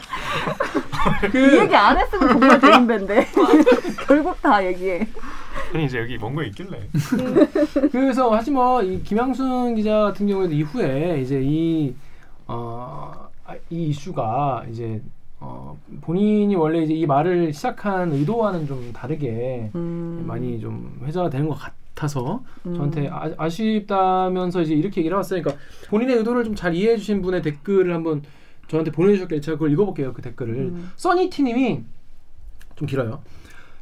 이 얘기 안 했으면 정말 좋은 밴데 <laughs> 결국 다 얘기해. 아니 이제 여기 뭔가 있길래 음. 그래서 하지만 뭐, 이 김양순 기자 같은 경우에도 이후에 이제 이, 어, 아, 이 이슈가 이제 어, 본인이 원래 이제 이 말을 시작한 의도와는 좀 다르게 음. 많이 좀 회자가 되는 것 같아서 음. 저한테 아, 아쉽다면서 이제 이렇게 얘기를 해봤으니까 본인의 의도를 좀 잘 이해해 주신 분의 댓글을 한번 저한테 보내주셨길래 제가 그걸 읽어볼게요 그 댓글을 음. 써니티님이 좀 길어요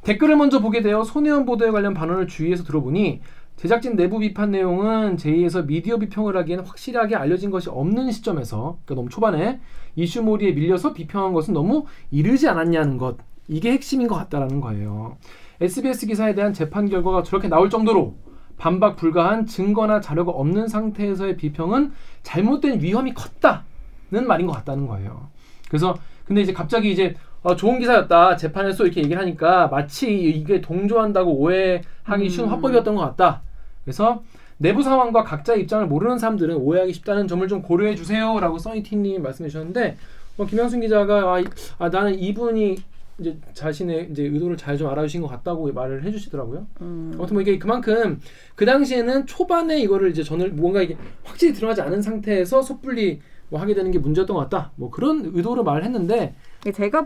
댓글을 먼저 보게 되어 손혜원 보도에 관련 반언을 주의해서 들어보니 제작진 내부 비판 내용은 제2에서 미디어 비평을 하기에는 확실하게 알려진 것이 없는 시점에서 그러니까 너무 초반에 이슈몰이에 밀려서 비평한 것은 너무 이르지 않았냐는 것 이게 핵심인 것 같다라는 거예요. SBS 기사에 대한 재판 결과가 저렇게 나올 정도로 반박 불가한 증거나 자료가 없는 상태에서의 비평은 잘못된 위험이 컸다는 말인 것 같다는 거예요. 그래서 근데 이제 갑자기 이제 어, 좋은 기사였다 재판에서 이렇게 얘기를 하니까 마치 이게 동조한다고 오해하기 쉬운 화법이었던 것 같다. 그래서 내부 상황과 각자의 입장을 모르는 사람들은 오해하기 쉽다는 점을 좀 고려해 주세요라고 써니티님이 말씀해 주셨는데 어, 김영순 기자가 아, 이- 아, 나는 이분이 이제 자신의 이제 의도를 잘 좀 알아주신 것 같다고 말을 해주시더라고요. 음. 아무튼 뭐 이게 그만큼 그 당시에는 초반에 이거를 이제 저는 뭔가 이게 확실히 드러나지 않은 상태에서 섣불리 뭐 하게 되는 게 문제였던 것 같다. 뭐 그런 의도로 말을 했는데 제가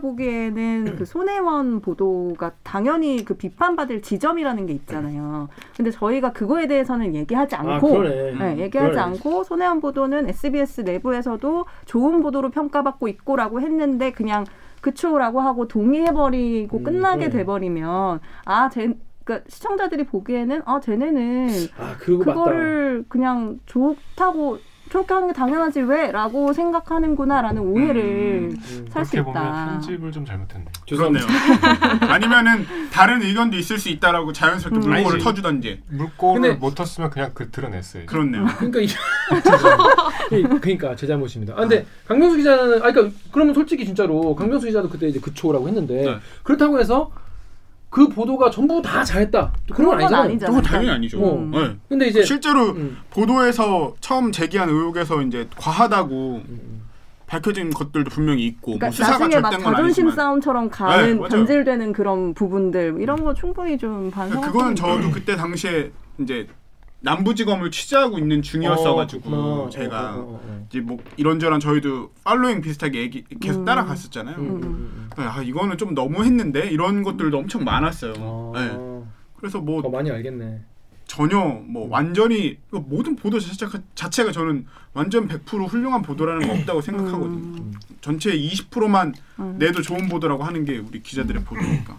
<clears throat> 보기에는 그 손혜원 보도가 당연히 그 비판받을 지점이라는 게 있잖아요. 근데 저희가 그거에 대해서는 얘기하지 않고 아, 그러네. 음, 네, 얘기하지 그러네. 않고 손혜원 보도는 SBS 내부에서도 좋은 보도로 평가받고 있고라고 했는데 그냥 그쵸라고 하고 동의해버리고 음, 끝나게 그러네. 돼버리면 아, 쟤, 그러니까 시청자들이 보기에는 아, 쟤네는 아 그거 맞다. 그거를 그냥 좋다고 저렇게 하는 게 당연하지 왜라고 생각하는구나라는 음, 오해를 살 수 그렇게 보면 있다. 편집을 좀 잘못했네. 그렇네요. <laughs> 아니면은 다른 의견도 있을 수 있다라고 음. 자연스럽게 물꼬를 아니지. 터주던지. 물꼬를 근데- 못 텄으면 그냥 그 드러냈어요. 그렇네요. 음. 그러니까 <laughs> 이- 그러니까 제 잘못입니다. 아 근데 강명수 기자는 아 그러니까 그러면 솔직히 진짜로 강명수 기자도 그때 이제 그초라고 했는데 네. 그렇다고 해서 그 보도가 전부 다 잘했다. 또 그런 건 그런 건 아니잖아요. 아니죠. 그거 당연히 아니죠. 어. 음. 네. 근데 예. 이제 실제로 음. 보도에서 처음 제기한 의혹에서 이제 과하다고 밝혀진 것들도 분명히 있고 뭐 그러니까 수사가 나중에 막 절대인 건 자존심 아니지만 싸움처럼 가는 네, 맞아요. 변질되는 그런 부분들 이런 거 충분히 좀 그러니까 반성하고 음. 그거는 저도 그때 당시에 이제 남부지검을 취재하고 있는 중이었어가지고 어, 그렇구나. 제가 어, 어, 어, 어. 이제 뭐 이런저런 저희도 팔로잉 비슷하게 얘기 음. 계속 따라갔었잖아요. 아 이거는 좀 너무했는데 이런 것들도 엄청 많았어요. 어, 네. 그래서 뭐 더 많이 알겠네. 전혀 음. 뭐 완전히 그러니까 모든 보도 자체가, 자체가 저는 완전 100% 훌륭한 보도라는 거 음. 없다고 생각하거든요. 전체 20%만 내도 좋은 보도라고 하는 게 우리 음. 기자들의 <laughs> 보도니까.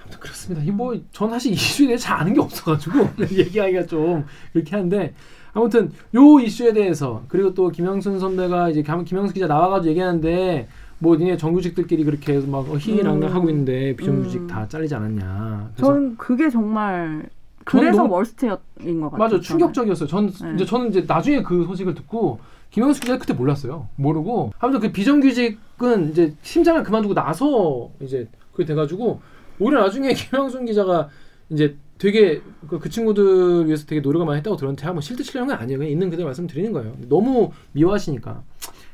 아무튼 그렇습니다. 이뭐전 사실 이슈에 대해 잘 아는 게 없어가지고 <laughs> 얘기하기가 좀 이렇게 한데 아무튼 요 이슈에 대해서 그리고 또 김영순 선배가 이제 김- 김영순 기자 나와가지고 얘기하는데 뭐 니네 정규직들끼리 그렇게 막 어, 희희랑랑 하고 있는데 비정규직 음. 다 잘리지 않았냐. 그래서 저는 그게 정말 그래서 너무- 월스트인 것 같아요. 맞아 저는. 충격적이었어요. 전 네. 이제 저는 이제 나중에 그 소식을 듣고 김영수 기자 그때 몰랐어요. 모르고 아무튼 그 비정규직은 이제 심장을 그만두고 나서 이제 그게 돼가지고 오히려 나중에 <laughs> 김영순 기자가 이제 되게 그, 그 친구들 위해서 되게 노력을 많이 했다고 들었는데 한번 실드 치려는 건 아니에요. 그냥 있는 그대로 말씀드리는 거예요. 너무 미워하시니까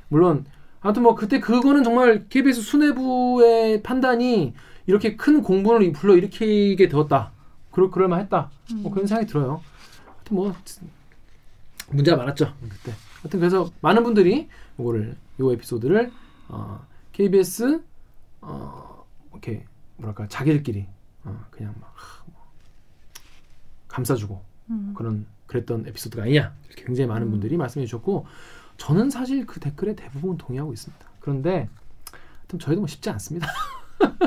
물론 아무튼 뭐 그때 그거는 정말 KBS 수뇌부의 판단이 이렇게 큰 공분을 불러 일으키게 되었다. 그럴 그럴만했다. 음. 뭐 그런 생각이 들어요. 하여튼 뭐 문제가 많았죠 그때. 하여튼 그래서 많은 분들이 이거를 이 에피소드를 어, KBS 어, 이렇게 뭐랄까 자기들끼리 어, 그냥 막 하, 뭐 감싸주고 그런 그랬던 에피소드가 아니냐 이렇게 굉장히 많은 분들이 말씀해 주셨고 저는 사실 그 댓글에 대부분 동의하고 있습니다. 그런데 하여튼 저희도 뭐 쉽지 않습니다. <laughs>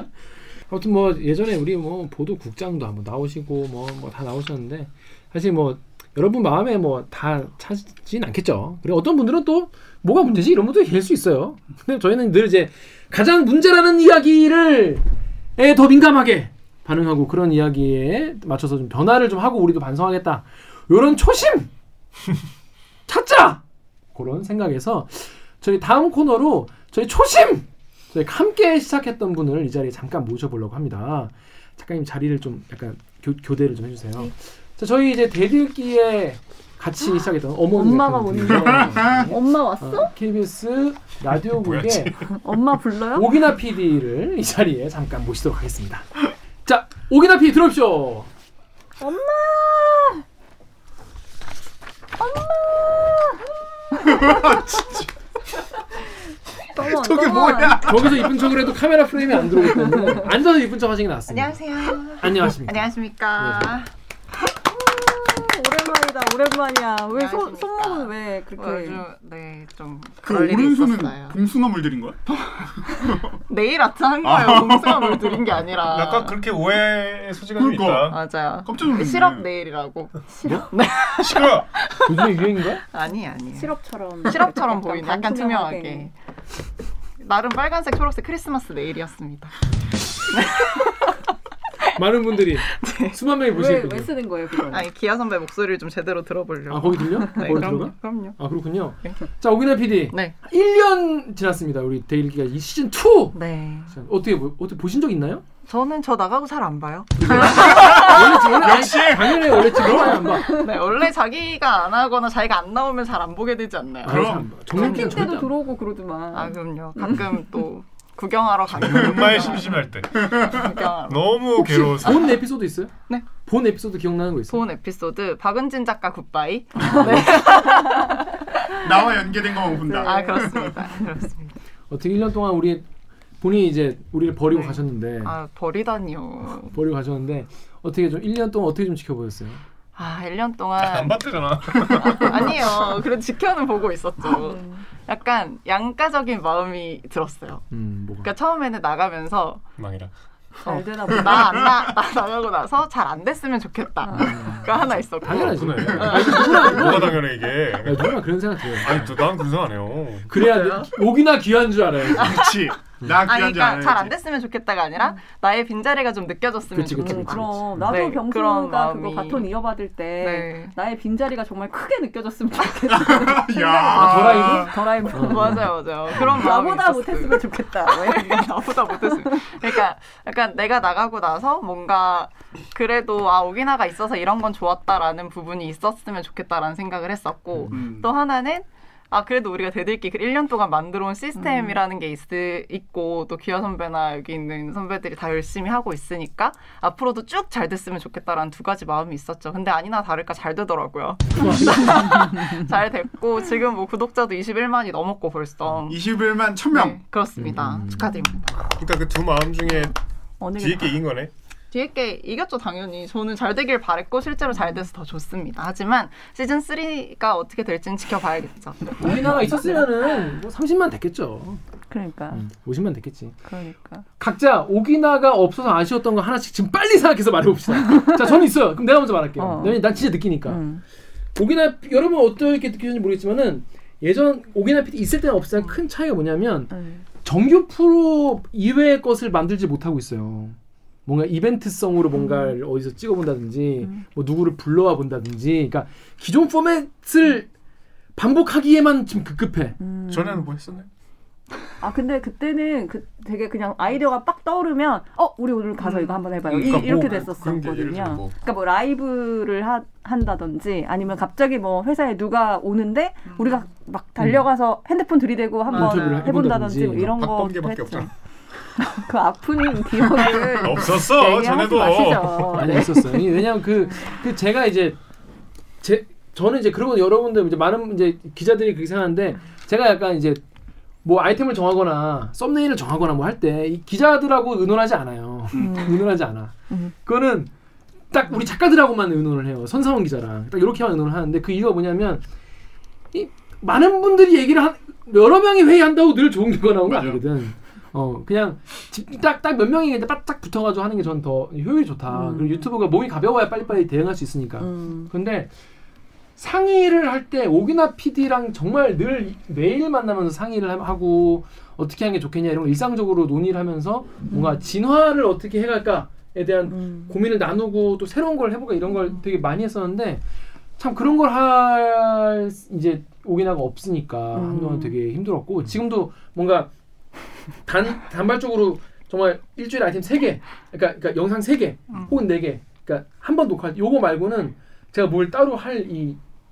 아무튼 뭐 예전에 우리 뭐 보도 국장도 한번 나오시고 뭐 뭐 다 나오셨는데 사실 뭐 여러분 마음에 뭐 다 차진 않겠죠. 그리고 어떤 분들은 또 뭐가 문제지 이런 분도 계실 수 있어요. 근데 저희는 늘 이제 가장 문제라는 이야기를 에 더 민감하게 반응하고 그런 이야기에 맞춰서 좀 변화를 좀 하고 우리도 반성하겠다. 요런 초심 찾자 그런 생각에서 저희 다음 코너로 저희 초심 저희 함께 시작했던 분을 이 자리에 잠깐 모셔보려고 합니다. 작가님 자리를 좀 약간 교, 교대를 좀 해주세요. 네. 자, 저희 이제 대들기에 같이 시작했던 어머니 엄마가 같은 오는 분이요. <laughs> 엄마 왔어? 어, KBS 라디오국의 엄마 불러요? 오기나 PD를 이 자리에 잠깐 모시도록 하겠습니다. 자, 오기나 PD 들어오십시오. 엄마! <laughs> 엄마! 진짜. 저게 뭐야? 저기서 이쁜 척을 해도 카메라 프레임이 안 들어오기 때문에 앉아서 이쁜 척 하시는 게 낫습니다. 안녕하세요. 안녕하십니까. 안녕하십니까. 오랜만이다, 오랜만이야. 왜 손, 안녕하십니까. 손목은 왜 그렇게. 뭐 요즘 네좀 그 그럴 일이 오른손은 있었어요. 봉숭아 물들인 거야? 네일 아트 한 거예요. 공수함을 드린 게 아니라. 약간 그러니까 그렇게 오해의 소지가 좀 그러니까. 있다. 맞아요. 깜짝 놀랐네. 시럽 네일이라고. 싫어. 요즘에 유행인가요? 아니 아니. 시럽처럼. 시럽처럼 약간 보이는 반 약간 투명하게. 나름 빨간색, 초록색 크리스마스 네일이었습니다. 많은 <laughs> 분들이 네. 수만 명이 왜, 보시겠군요. 왜 쓰는 거예요, 그거? 아니 기아 선배 목소리를 좀 제대로 들어보려고. 아, 거기 들려? 네, 거기 그럼요. 들어가? 그럼요. 아, 그렇군요. 네. 자, 오기나 PD. 네. 1년 지났습니다. 우리 데일기가 이 시즌 2. 네. 자, 어떻게 보- 어떻게 보신 적 있나요? 저는 저 나가고 잘 안 봐요. 원래 지금 역시 당연히 원래 지금 안 봐. 네, 원래 자기가 안 하거나 자기가 안 나오면 잘 안 보게 되지 않나요? 아, 안 봐. 네. 정년기는 캠핑 절대 때도 안 봐. 들어오고 그러더만. 아 그럼요. 음. 가끔 또 구경하러 가고 엄마의 심심할 때 구경하러. 너무 괴로워서. 본 에피소드 있어요? 네. 본 에피소드 기억나는 거 있어요? 본 에피소드 박은진 작가 굿바이. 나와 연계된 거만 본다. 아 그렇습니다. 그렇습니다. 어떻게 1년 동안 우리 본인이 이제 우리를 버리고 네. 가셨는데 아 버리다니요. 버리고 가셨는데 어떻게 좀 1년 동안 어떻게 좀 지켜보셨어요? 아 1년 안 동안 봤대잖아. 아니요. 그래도 지켜는 보고 있었죠. 음. 약간 양가적인 마음이 들었어요. 음, 뭐가? 그러니까 처음에는 나가면서 망이라. 잘 되나 어. 나 보다. 안 나, 나 나가고 나서 잘 안 됐으면 음. 좋겠다가 하나 있었고 당연하지. 그러네. 아니, 누구나 뭐가 당연해 야, 이게. 네, 누구나 그런 생각 들어요. 아니 또 난 그런 생각 안 해요. 그래야 오기나 귀한 줄 알아요. <laughs> 그렇지. 나 아니 귀한 줄 그러니까 알아야지. 잘 안 됐으면 좋겠다가 아니라 나의 빈자리가 좀 느껴졌으면 그치, 그치, 그치. 좋겠다. 음, 그럼 나도 네, 그런 병수가 마음이. 그거 바톤 이어받을 때 네. 나의 빈자리가 정말 크게 느껴졌으면 좋겠어. <laughs> 야. 아, 더라이브. 맞아요, 맞아요. 그런 마음이 음. 나보다 있었어요. 못했으면 좋겠다. <laughs> 나보다 못했으면. 그러니까 약간 내가 나가고 나서 뭔가 그래도 아 오기나가 있어서 이런 건 좋았다라는 부분이 있었으면 좋겠다라는 생각을 했었고 음. 또 하나는 아 그래도 우리가 대들기 그 1년 동안 만들어온 시스템이라는 게 있, 있고 또 기아 선배나 여기 있는 선배들이 다 열심히 하고 있으니까 앞으로도 쭉 잘 됐으면 좋겠다라는 두 가지 마음이 있었죠. 근데 아니나 다를까 <laughs> 잘 되더라고요. 잘 됐고 지금 뭐 구독자도 21만이 넘었고 벌써. 21만 네, 1000명. 음. 그렇습니다. 축하드립니다. 그러니까 그 두 마음 중에 네. 어느 게 뒤에 게 이긴 거네. 뒤에 게 이겼죠 당연히. 저는 잘 되길 바랬고 실제로 잘 돼서 더 좋습니다. 하지만 시즌 3가 어떻게 될지는 지켜봐야겠죠. 우리나라 있었으면은 뭐 30만 됐겠죠. 그러니까. 음, 50만 됐겠지. 그러니까. 각자 오기나가 없어서 아쉬웠던 거 하나씩 지금 빨리 생각해서 말해봅시다. 자, 저는 있어요. 그럼 내가 먼저 말할게요. 어. 왜냐면 난 진짜 느끼니까. 음. 오기나 여러분 어떻게 느끼는지 모르겠지만은 예전 오기나 PD 있을 때는 없을 때랑 큰 차이가 뭐냐면 음. 정규 프로 이외의 것을 만들지 못하고 있어요. 뭔가 이벤트성으로 뭔가를 어디서 찍어본다든지 뭐 누구를 불러와 본다든지 그러니까 기존 포맷을 반복하기에만 지금 급급해. 전에는 뭐 했었나요? 아 근데 그때는 그 되게 그냥 아이디어가 빡 떠오르면 어 우리 오늘 가서 이거 한번 해봐요 그러니까 이, 뭐 그런 렇게게 예를 됐었었거든요. 들면 뭐. 그러니까 뭐 라이브를 하, 한다든지 아니면 갑자기 뭐 회사에 누가 오는데 음. 우리가 막 음. 달려가서 핸드폰 들이대고 한번 인터뷰를 해본다든지 해본다든지. 뭐 이런 거 박범계밖에 없잖아. <laughs> 그 아픈 <laughs> 기억을 네, 없었어 얘기하지 전에도. 마시죠. 많이 네. 아, 있었어요. 이- 왜냐면 그, 그 제가 이제 제 저는 이제 그러고 여러분들 이제 많은 이제 기자들이 그렇게 생각하는데 제가 약간 이제 뭐 아이템을 정하거나 썸네일을 정하거나 뭐 할 때 이 기자들하고 의논하지 않아요. <laughs> 의논하지 않아. 그거는 딱 우리 작가들하고만 의논을 해요. 선상원 기자랑 딱 이렇게만 의논을 하는데 그 이유가 뭐냐면 이 많은 분들이 얘기를 한 여러 명이 회의한다고 늘 좋은 결과 나온 거 맞아요. 아니거든. 어 그냥 딱딱 몇 명이 그냥 바짝 붙어가지고 하는 게 전 더 효율이 좋다. 그리고 유튜브가 몸이 가벼워야 빨리빨리 대응할 수 있으니까. 근데 상의를 할 때 오기나 PD랑 정말 늘 매일 만나면서 상의를 함- 하고 어떻게 하는 게 좋겠냐 이런 거 일상적으로 논의를 하면서 뭔가 진화를 어떻게 해갈까에 대한 고민을 나누고 또 새로운 걸 해볼까 이런 걸 되게 많이 했었는데 참 그런 걸 할 이제 오기나가 없으니까 한동안 되게 힘들었고 지금도 뭔가 단 단발적으로 정말 일주일에 아이템 3개 그러니까, 그러니까 영상 3개 혹은 4개 그러니까 한 번 녹화할 요거 말고는 제가 뭘 따로 할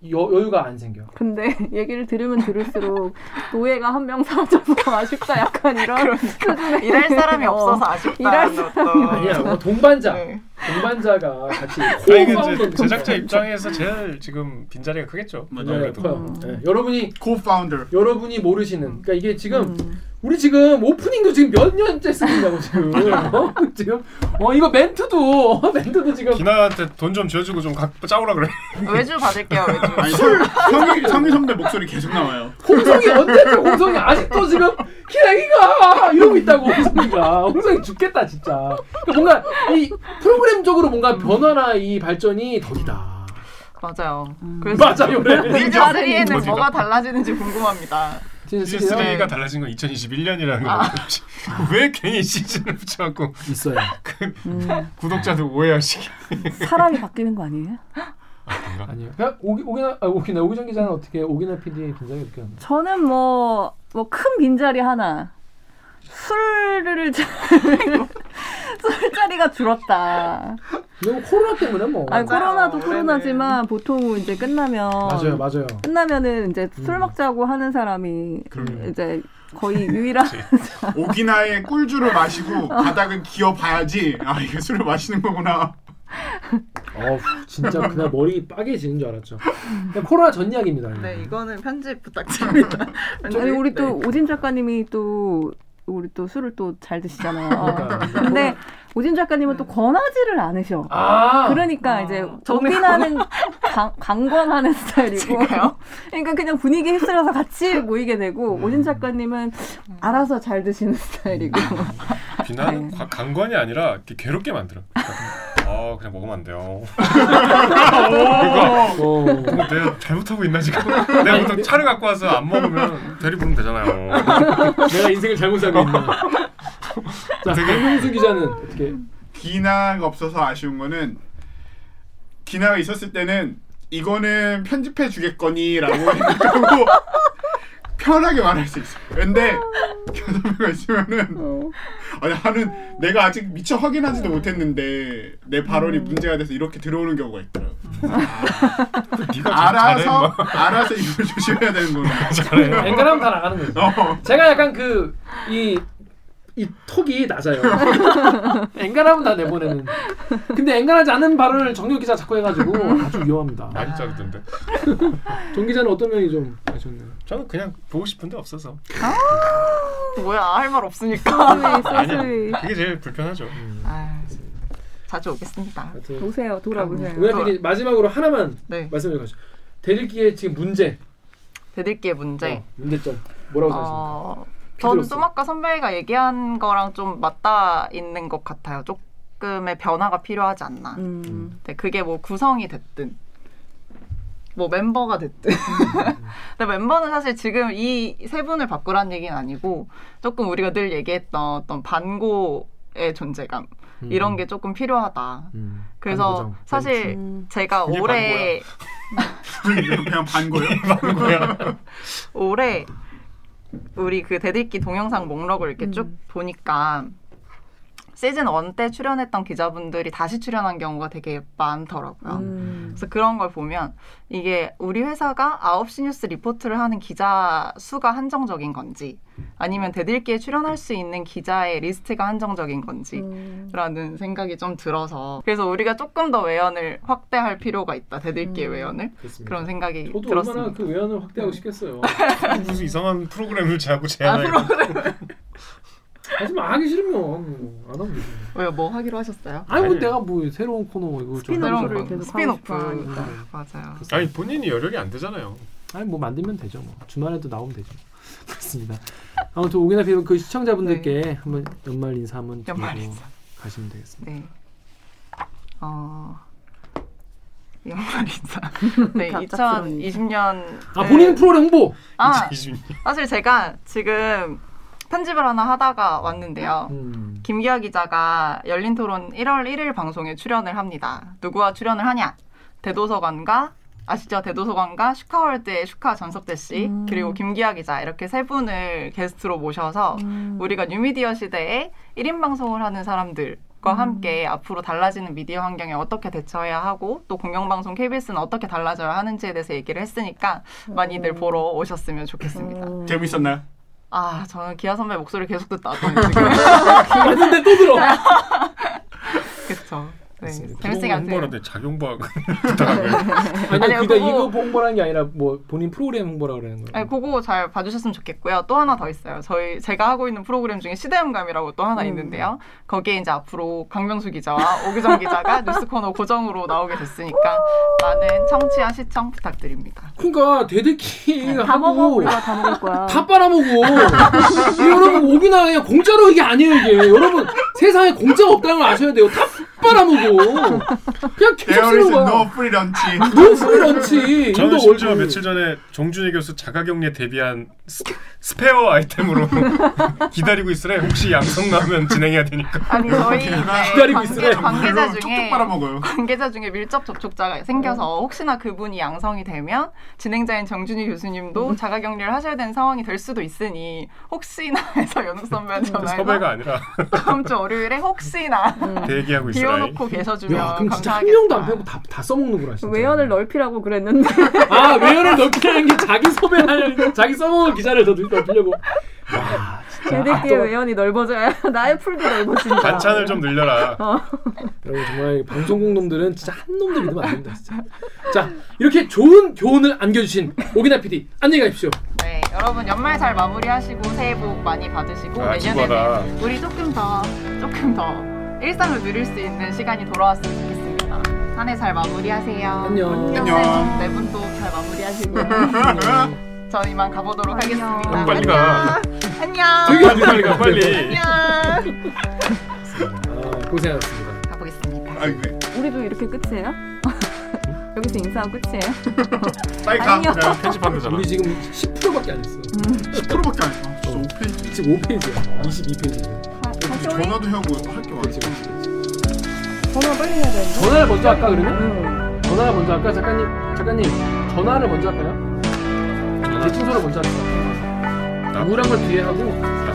이 여유가 안 생겨. 근데 <laughs> 얘기를 들으면 들을수록 노예가 한 명 사라져서 아쉽다 약간 이런 <laughs> 수준의 그러니까. 일할 사람이 어. <laughs> 없어서 아쉽다. 일할 아니야, 뭐 동반자, 동반자가 같이 아니 이게 코어파운더 이제 제작자 입장에서 제일 지금 빈자리가 크겠죠. 동반자가 커요. 네, 여러분이 co-founder. 여러분이 모르시는. 그러니까 이게 지금 우리 지금 오프닝도 지금 몇 년째 쓰는다고 지금. 어? 지금 어 이거 멘트도 어, 멘트도 지금 기나한테 돈 좀 지어주고 좀 각, 짜오라 그래. 외주 받을게요. 외주. 아니 술 성희 성희 선배 목소리 계속 나와요. 홍성이 언제쯤 홍성이 아직도 지금 기랑이가 이러고 있다고 홍성이가 홍성이 죽겠다 진짜 그러니까 뭔가 이 프로그램적으로 뭔가 변화나 이 발전이 덕이다 맞아요. 그래서 맞아요 그래 시즌 인정. 3에는 어디가? 뭐가 달라지는지 궁금합니다. 시즌 쓰리요? 아. 시즌3가 달라진 건 2021년이라는 거왜 괜히 시즌을 붙여갖고 있어요 구독자들 오해하시게 사람이 바뀌는 거 아니에요? 아니요 그냥 오기 오기나 아, 오기나 오기정 기자는 어떻게 오기나 PD의 굉장히 이렇게 하는 저는 뭐 뭐 큰 빈자리 하나 술을 <laughs> 잘- 술자리가 줄었다. 너무 코로나 때문에 뭐 아니 코로나도 올해는. 코로나지만 보통 이제 끝나면 맞아요 음. 맞아요 끝나면은 이제 술 먹자고 하는 사람이 이제 거의 <laughs> 유일한 오기나의 <laughs> 꿀주를 마시고 바닥은 기어 봐야지. 아 이게 술을 마시는 거구나. 어 진짜 그날 머리 빠개지는 줄 알았죠 그냥 코로나 전 이야기입니다 네, 이거는 편집 부탁드립니다. <laughs> 아니 우리 또 네. 오진 작가님이 또 우리 또 술을 또 잘 드시잖아요. 그러니까요. 근데 오진 작가님은 또 권하지를 않으셔. 아 그러니까 아, 이제 저는 오빈하는 강- 강권하는 스타일이고 제가요? 그러니까 그냥 분위기 휩쓸려서 같이 모이게 되고 오진 작가님은 알아서 잘 드시는 스타일이고 <laughs> 비난 과- 강관이 아니라 이렇게 괴롭게 만들어 그러니까, 아 그냥 먹으면 안 돼요 <laughs> 그러니까 어. 뭐 내가 잘못하고 있나 지금 내가 보통 차를 갖고 와서 안 먹으면 대리 부르면 되잖아요 내가 인생을 잘못 살고 있나. 자, 되게- 강용수 기자는 어떻게? 기나가 없어서 아쉬운 거는 기나가 있었을 때는 이거는 <laughs> 편집해 주겠거니라고 생각하고 편하게 말할 수 있어. 근데 견선배가 어. 있으면은 아니 하는 내가 아직 미처 확인하지도 못했는데 내 발언이 음. 문제가 돼서 이렇게 들어오는 경우가 있더라고. 네가 그렇죠. 잘해 뭐. 알아서 막 알아서 이걸 <laughs> <laughs> 조심해야 되는구나. 잘해 앵간하면 다 나가는 거죠. 어. 제가 약간 그 이 이 톡이 낮아요. 앵간하면 다 내보내는. 근데 앵간하지 않은 발언을 정유 기자 자꾸 해가지고 아주 위험합니다. 많이 자르던데 정 기자는 어떤 면이 좀 아쉽나요? 저는 그냥 보고 싶은데 없어서 뭐야 할 말 없으니까. 소스웨이 소스웨이 음. 아, 그게 제일 불편하죠 아유, 자주 오겠습니다. 하여튼 오세요. 돌아오세요. 우리 PD 마지막으로 하나만 네. 말씀해 가시죠. 대들기의 지금 문제, 대들기의 문제. 어, 문제점 뭐라고 생각하십니까? 어, 피드로서. 저는 좀 아까 선배가 얘기한 거랑 좀 맞닿아 있는 것 같아요. 조금의 변화가 필요하지 않나. 음. 네, 그게 뭐 구성이 됐든 뭐 멤버가 됐든 <laughs> 근데 멤버는 사실 지금 이 세 분을 바꾸란 얘기는 아니고 조금 우리가 늘 얘기했던 어떤 반고의 존재감 이런 게 조금 필요하다 음. 그래서 반고정, 사실 제가 이게 올해 그냥 반고요. 올해 우리 그 대들기 동영상 음. 목록을 이렇게 쭉 보니까 시즌 1 때 출연했던 기자분들이 다시 출연한 경우가 되게 많더라고요. 음. 그래서 그런 걸 보면 이게 우리 회사가 9시 뉴스 리포트를 하는 기자 수가 한정적인 건지 아니면 대들기에 출연할 수 있는 기자의 리스트가 한정적인 건지 음. 라는 생각이 좀 들어서 그래서 우리가 조금 더 외연을 확대할 필요가 있다. 음. 대들기의 외연을 그렇습니다. 그런 생각이 음. 저도 들었습니다. 네. 얼마나 그 외환을 확대하고 싶겠어요. 무슨 이상한 아, 프로그램을 자꾸 아, 네. 제안하고 하지만 하기 싫으면 안 하면 되죠. 왜요? 뭐 하기로 하셨어요? 아니 뭐 아니. 내가 뭐 새로운 코너 이거 좀 스피노프를 하고 싶어요. 계속 하고 스피노프 싶어 하니까. 맞아요. 아니 본인이 열혈이 안 되잖아요. 아니 뭐 만들면 되죠. 뭐 주말에도 나오면 되죠. <laughs> 그렇습니다. 아무튼 오기나 피로 그 시청자분들께 한번 연말 인사 한번 드리고 네. 연말 인사. 가시면 그 되겠습니다. 네. 어. 연말 <laughs> 인사. 네, 갑작스러운 2020년. 네. 아 본인 프로그램 홍보. 아, 이준이. 사실 제가 지금 편집을 하나 하다가 왔는데요. 음. 김기아 기자가 열린 토론 1월 1일 방송에 출연을 합니다. 누구와 출연을 하냐? 대도서관과 아시죠? 대도서관과 슈카월드의 슈카 전석대 씨 음. 그리고 김기아 기자 이렇게 세 분을 게스트로 모셔서 음. 음. 우리가 뉴미디어 시대에 1인 방송을 하는 사람들과 함께 앞으로 달라지는 미디어 환경에 어떻게 대처해야 하고 또 공영방송 KBS는 어떻게 달라져야 하는지에 대해서 얘기를 했으니까 많이들 보러 오셨으면 좋겠습니다. 음. 음. 재밌었나요? 아 저는 기아 선배 목소리 계속 듣다 왔더니 지금 <laughs> 맞는데 또 들어. 그렇죠. 네. 재밌게 그동안 안 돼요. 홍보하는데 작용부하고 아니 아니요, 그거 그거- 이거 홍보라는 게 아니라 뭐 본인 프로그램 홍보라 그러는 거예요. 아니, 네, 그거 잘 봐주셨으면 좋겠고요. 또 하나 더 있어요. 저희 제가 하고 있는 프로그램 중에 시대음감이라고 또 하나 있는데요. 거기에 이제 앞으로 강명수 기자와 오규정 기자가 뉴스 코너 고정으로 나오게 됐으니까 많은 청취와 시청 부탁드립니다. 그러니까 대대키 네, 다 먹어 하고 우리가 다 먹을 거야. 다 빨아먹어. 이게 여러분 오기나 그냥 공짜로 이게 아니에요 이게. 여러분 세상에 공짜가 없다는 걸 아셔야 돼요. 다 빨아먹어. 그냥 계속 There 쓰는 is no 거야. free <laughs> lunch. 너무 프리런치. 저는 심지어 며칠 전에 정준희 교수 자가격리에 대비한 스, 스페어 아이템으로 기다리고 있으래. 혹시 양성 나오면 진행해야 되니까. 아니 저희 이제 기다리고 네, 있으래. 네, 관계, 관계자 별로 중에 쪽쪽 빨아먹어요. 관계자 중에 밀접 접촉자가 생겨서 혹시나 그분이 양성이 되면 진행자인 정준희 교수님도 자가격리를 하셔야 되는 상황이 될 수도 있으니 혹시나 해서 연욱 선배한테 전화해서 섭외가 아니라 다음 주 월요일에 혹시나 대기하고 있으라. 비워놓고 계셔주면 야, 그럼 진짜 한 아, 감사하겠다. 명도 안 빼고 다, 다 써먹는구나 진짜. 외연을 넓히라고 그랬는데 아 외연을 넓게 하는 게 자기 소변하는 자기 써먹은 기자를 더 넓히려고. 와 진짜. 제들끼리 아, 외연이 넓어져야 <laughs> 나의 풀도 넓어진다. 반찬을 좀 늘려라. 여러분 정말 방송국 놈들은 진짜 한 놈도 믿으면 안 됩니다 진짜. 자 이렇게 좋은 교훈을 안겨주신 오기나 PD 안녕히 가십시오. 네, 여러분 연말 잘 마무리하시고 새해 복 많이 받으시고 아, 내년에는 수고하다. 우리 조금 더 조금 더 일상을 누릴 수 있는 시간이 돌아왔으면 좋겠습니다. 한 해 잘 마무리하세요. 안녕. 안녕. 네분도 <laughs> 잘 마무리하시고 저 이만 그럼 가보도록 하겠습니다. 빨리 가. 안녕. 빨리 빨리 가 빨리. 안녕. 아, 고생하셨습니다. 가보겠습니다. 아, 그래. 우리도 이렇게 끝이에요? 여기서 인사하고 끝이에요? 빨리 가. 안녕. 내가 <laughs> 편집하면 되잖아. 우리 지금 10%밖에 안 했어. 10%밖에 안 했어. 진짜 5페이지. 지금 5페이지야. 22페이지. 아, 전화도 해오고 할 게 많지. 전화 빨리 해야 되는데. 전화를 먼저 할까 그러면? 전화를 먼저 할까 작가님? 작가님 전화를 먼저 할까요? 제 순서를 먼저 할까? 우울한 걸 뒤에 하고 나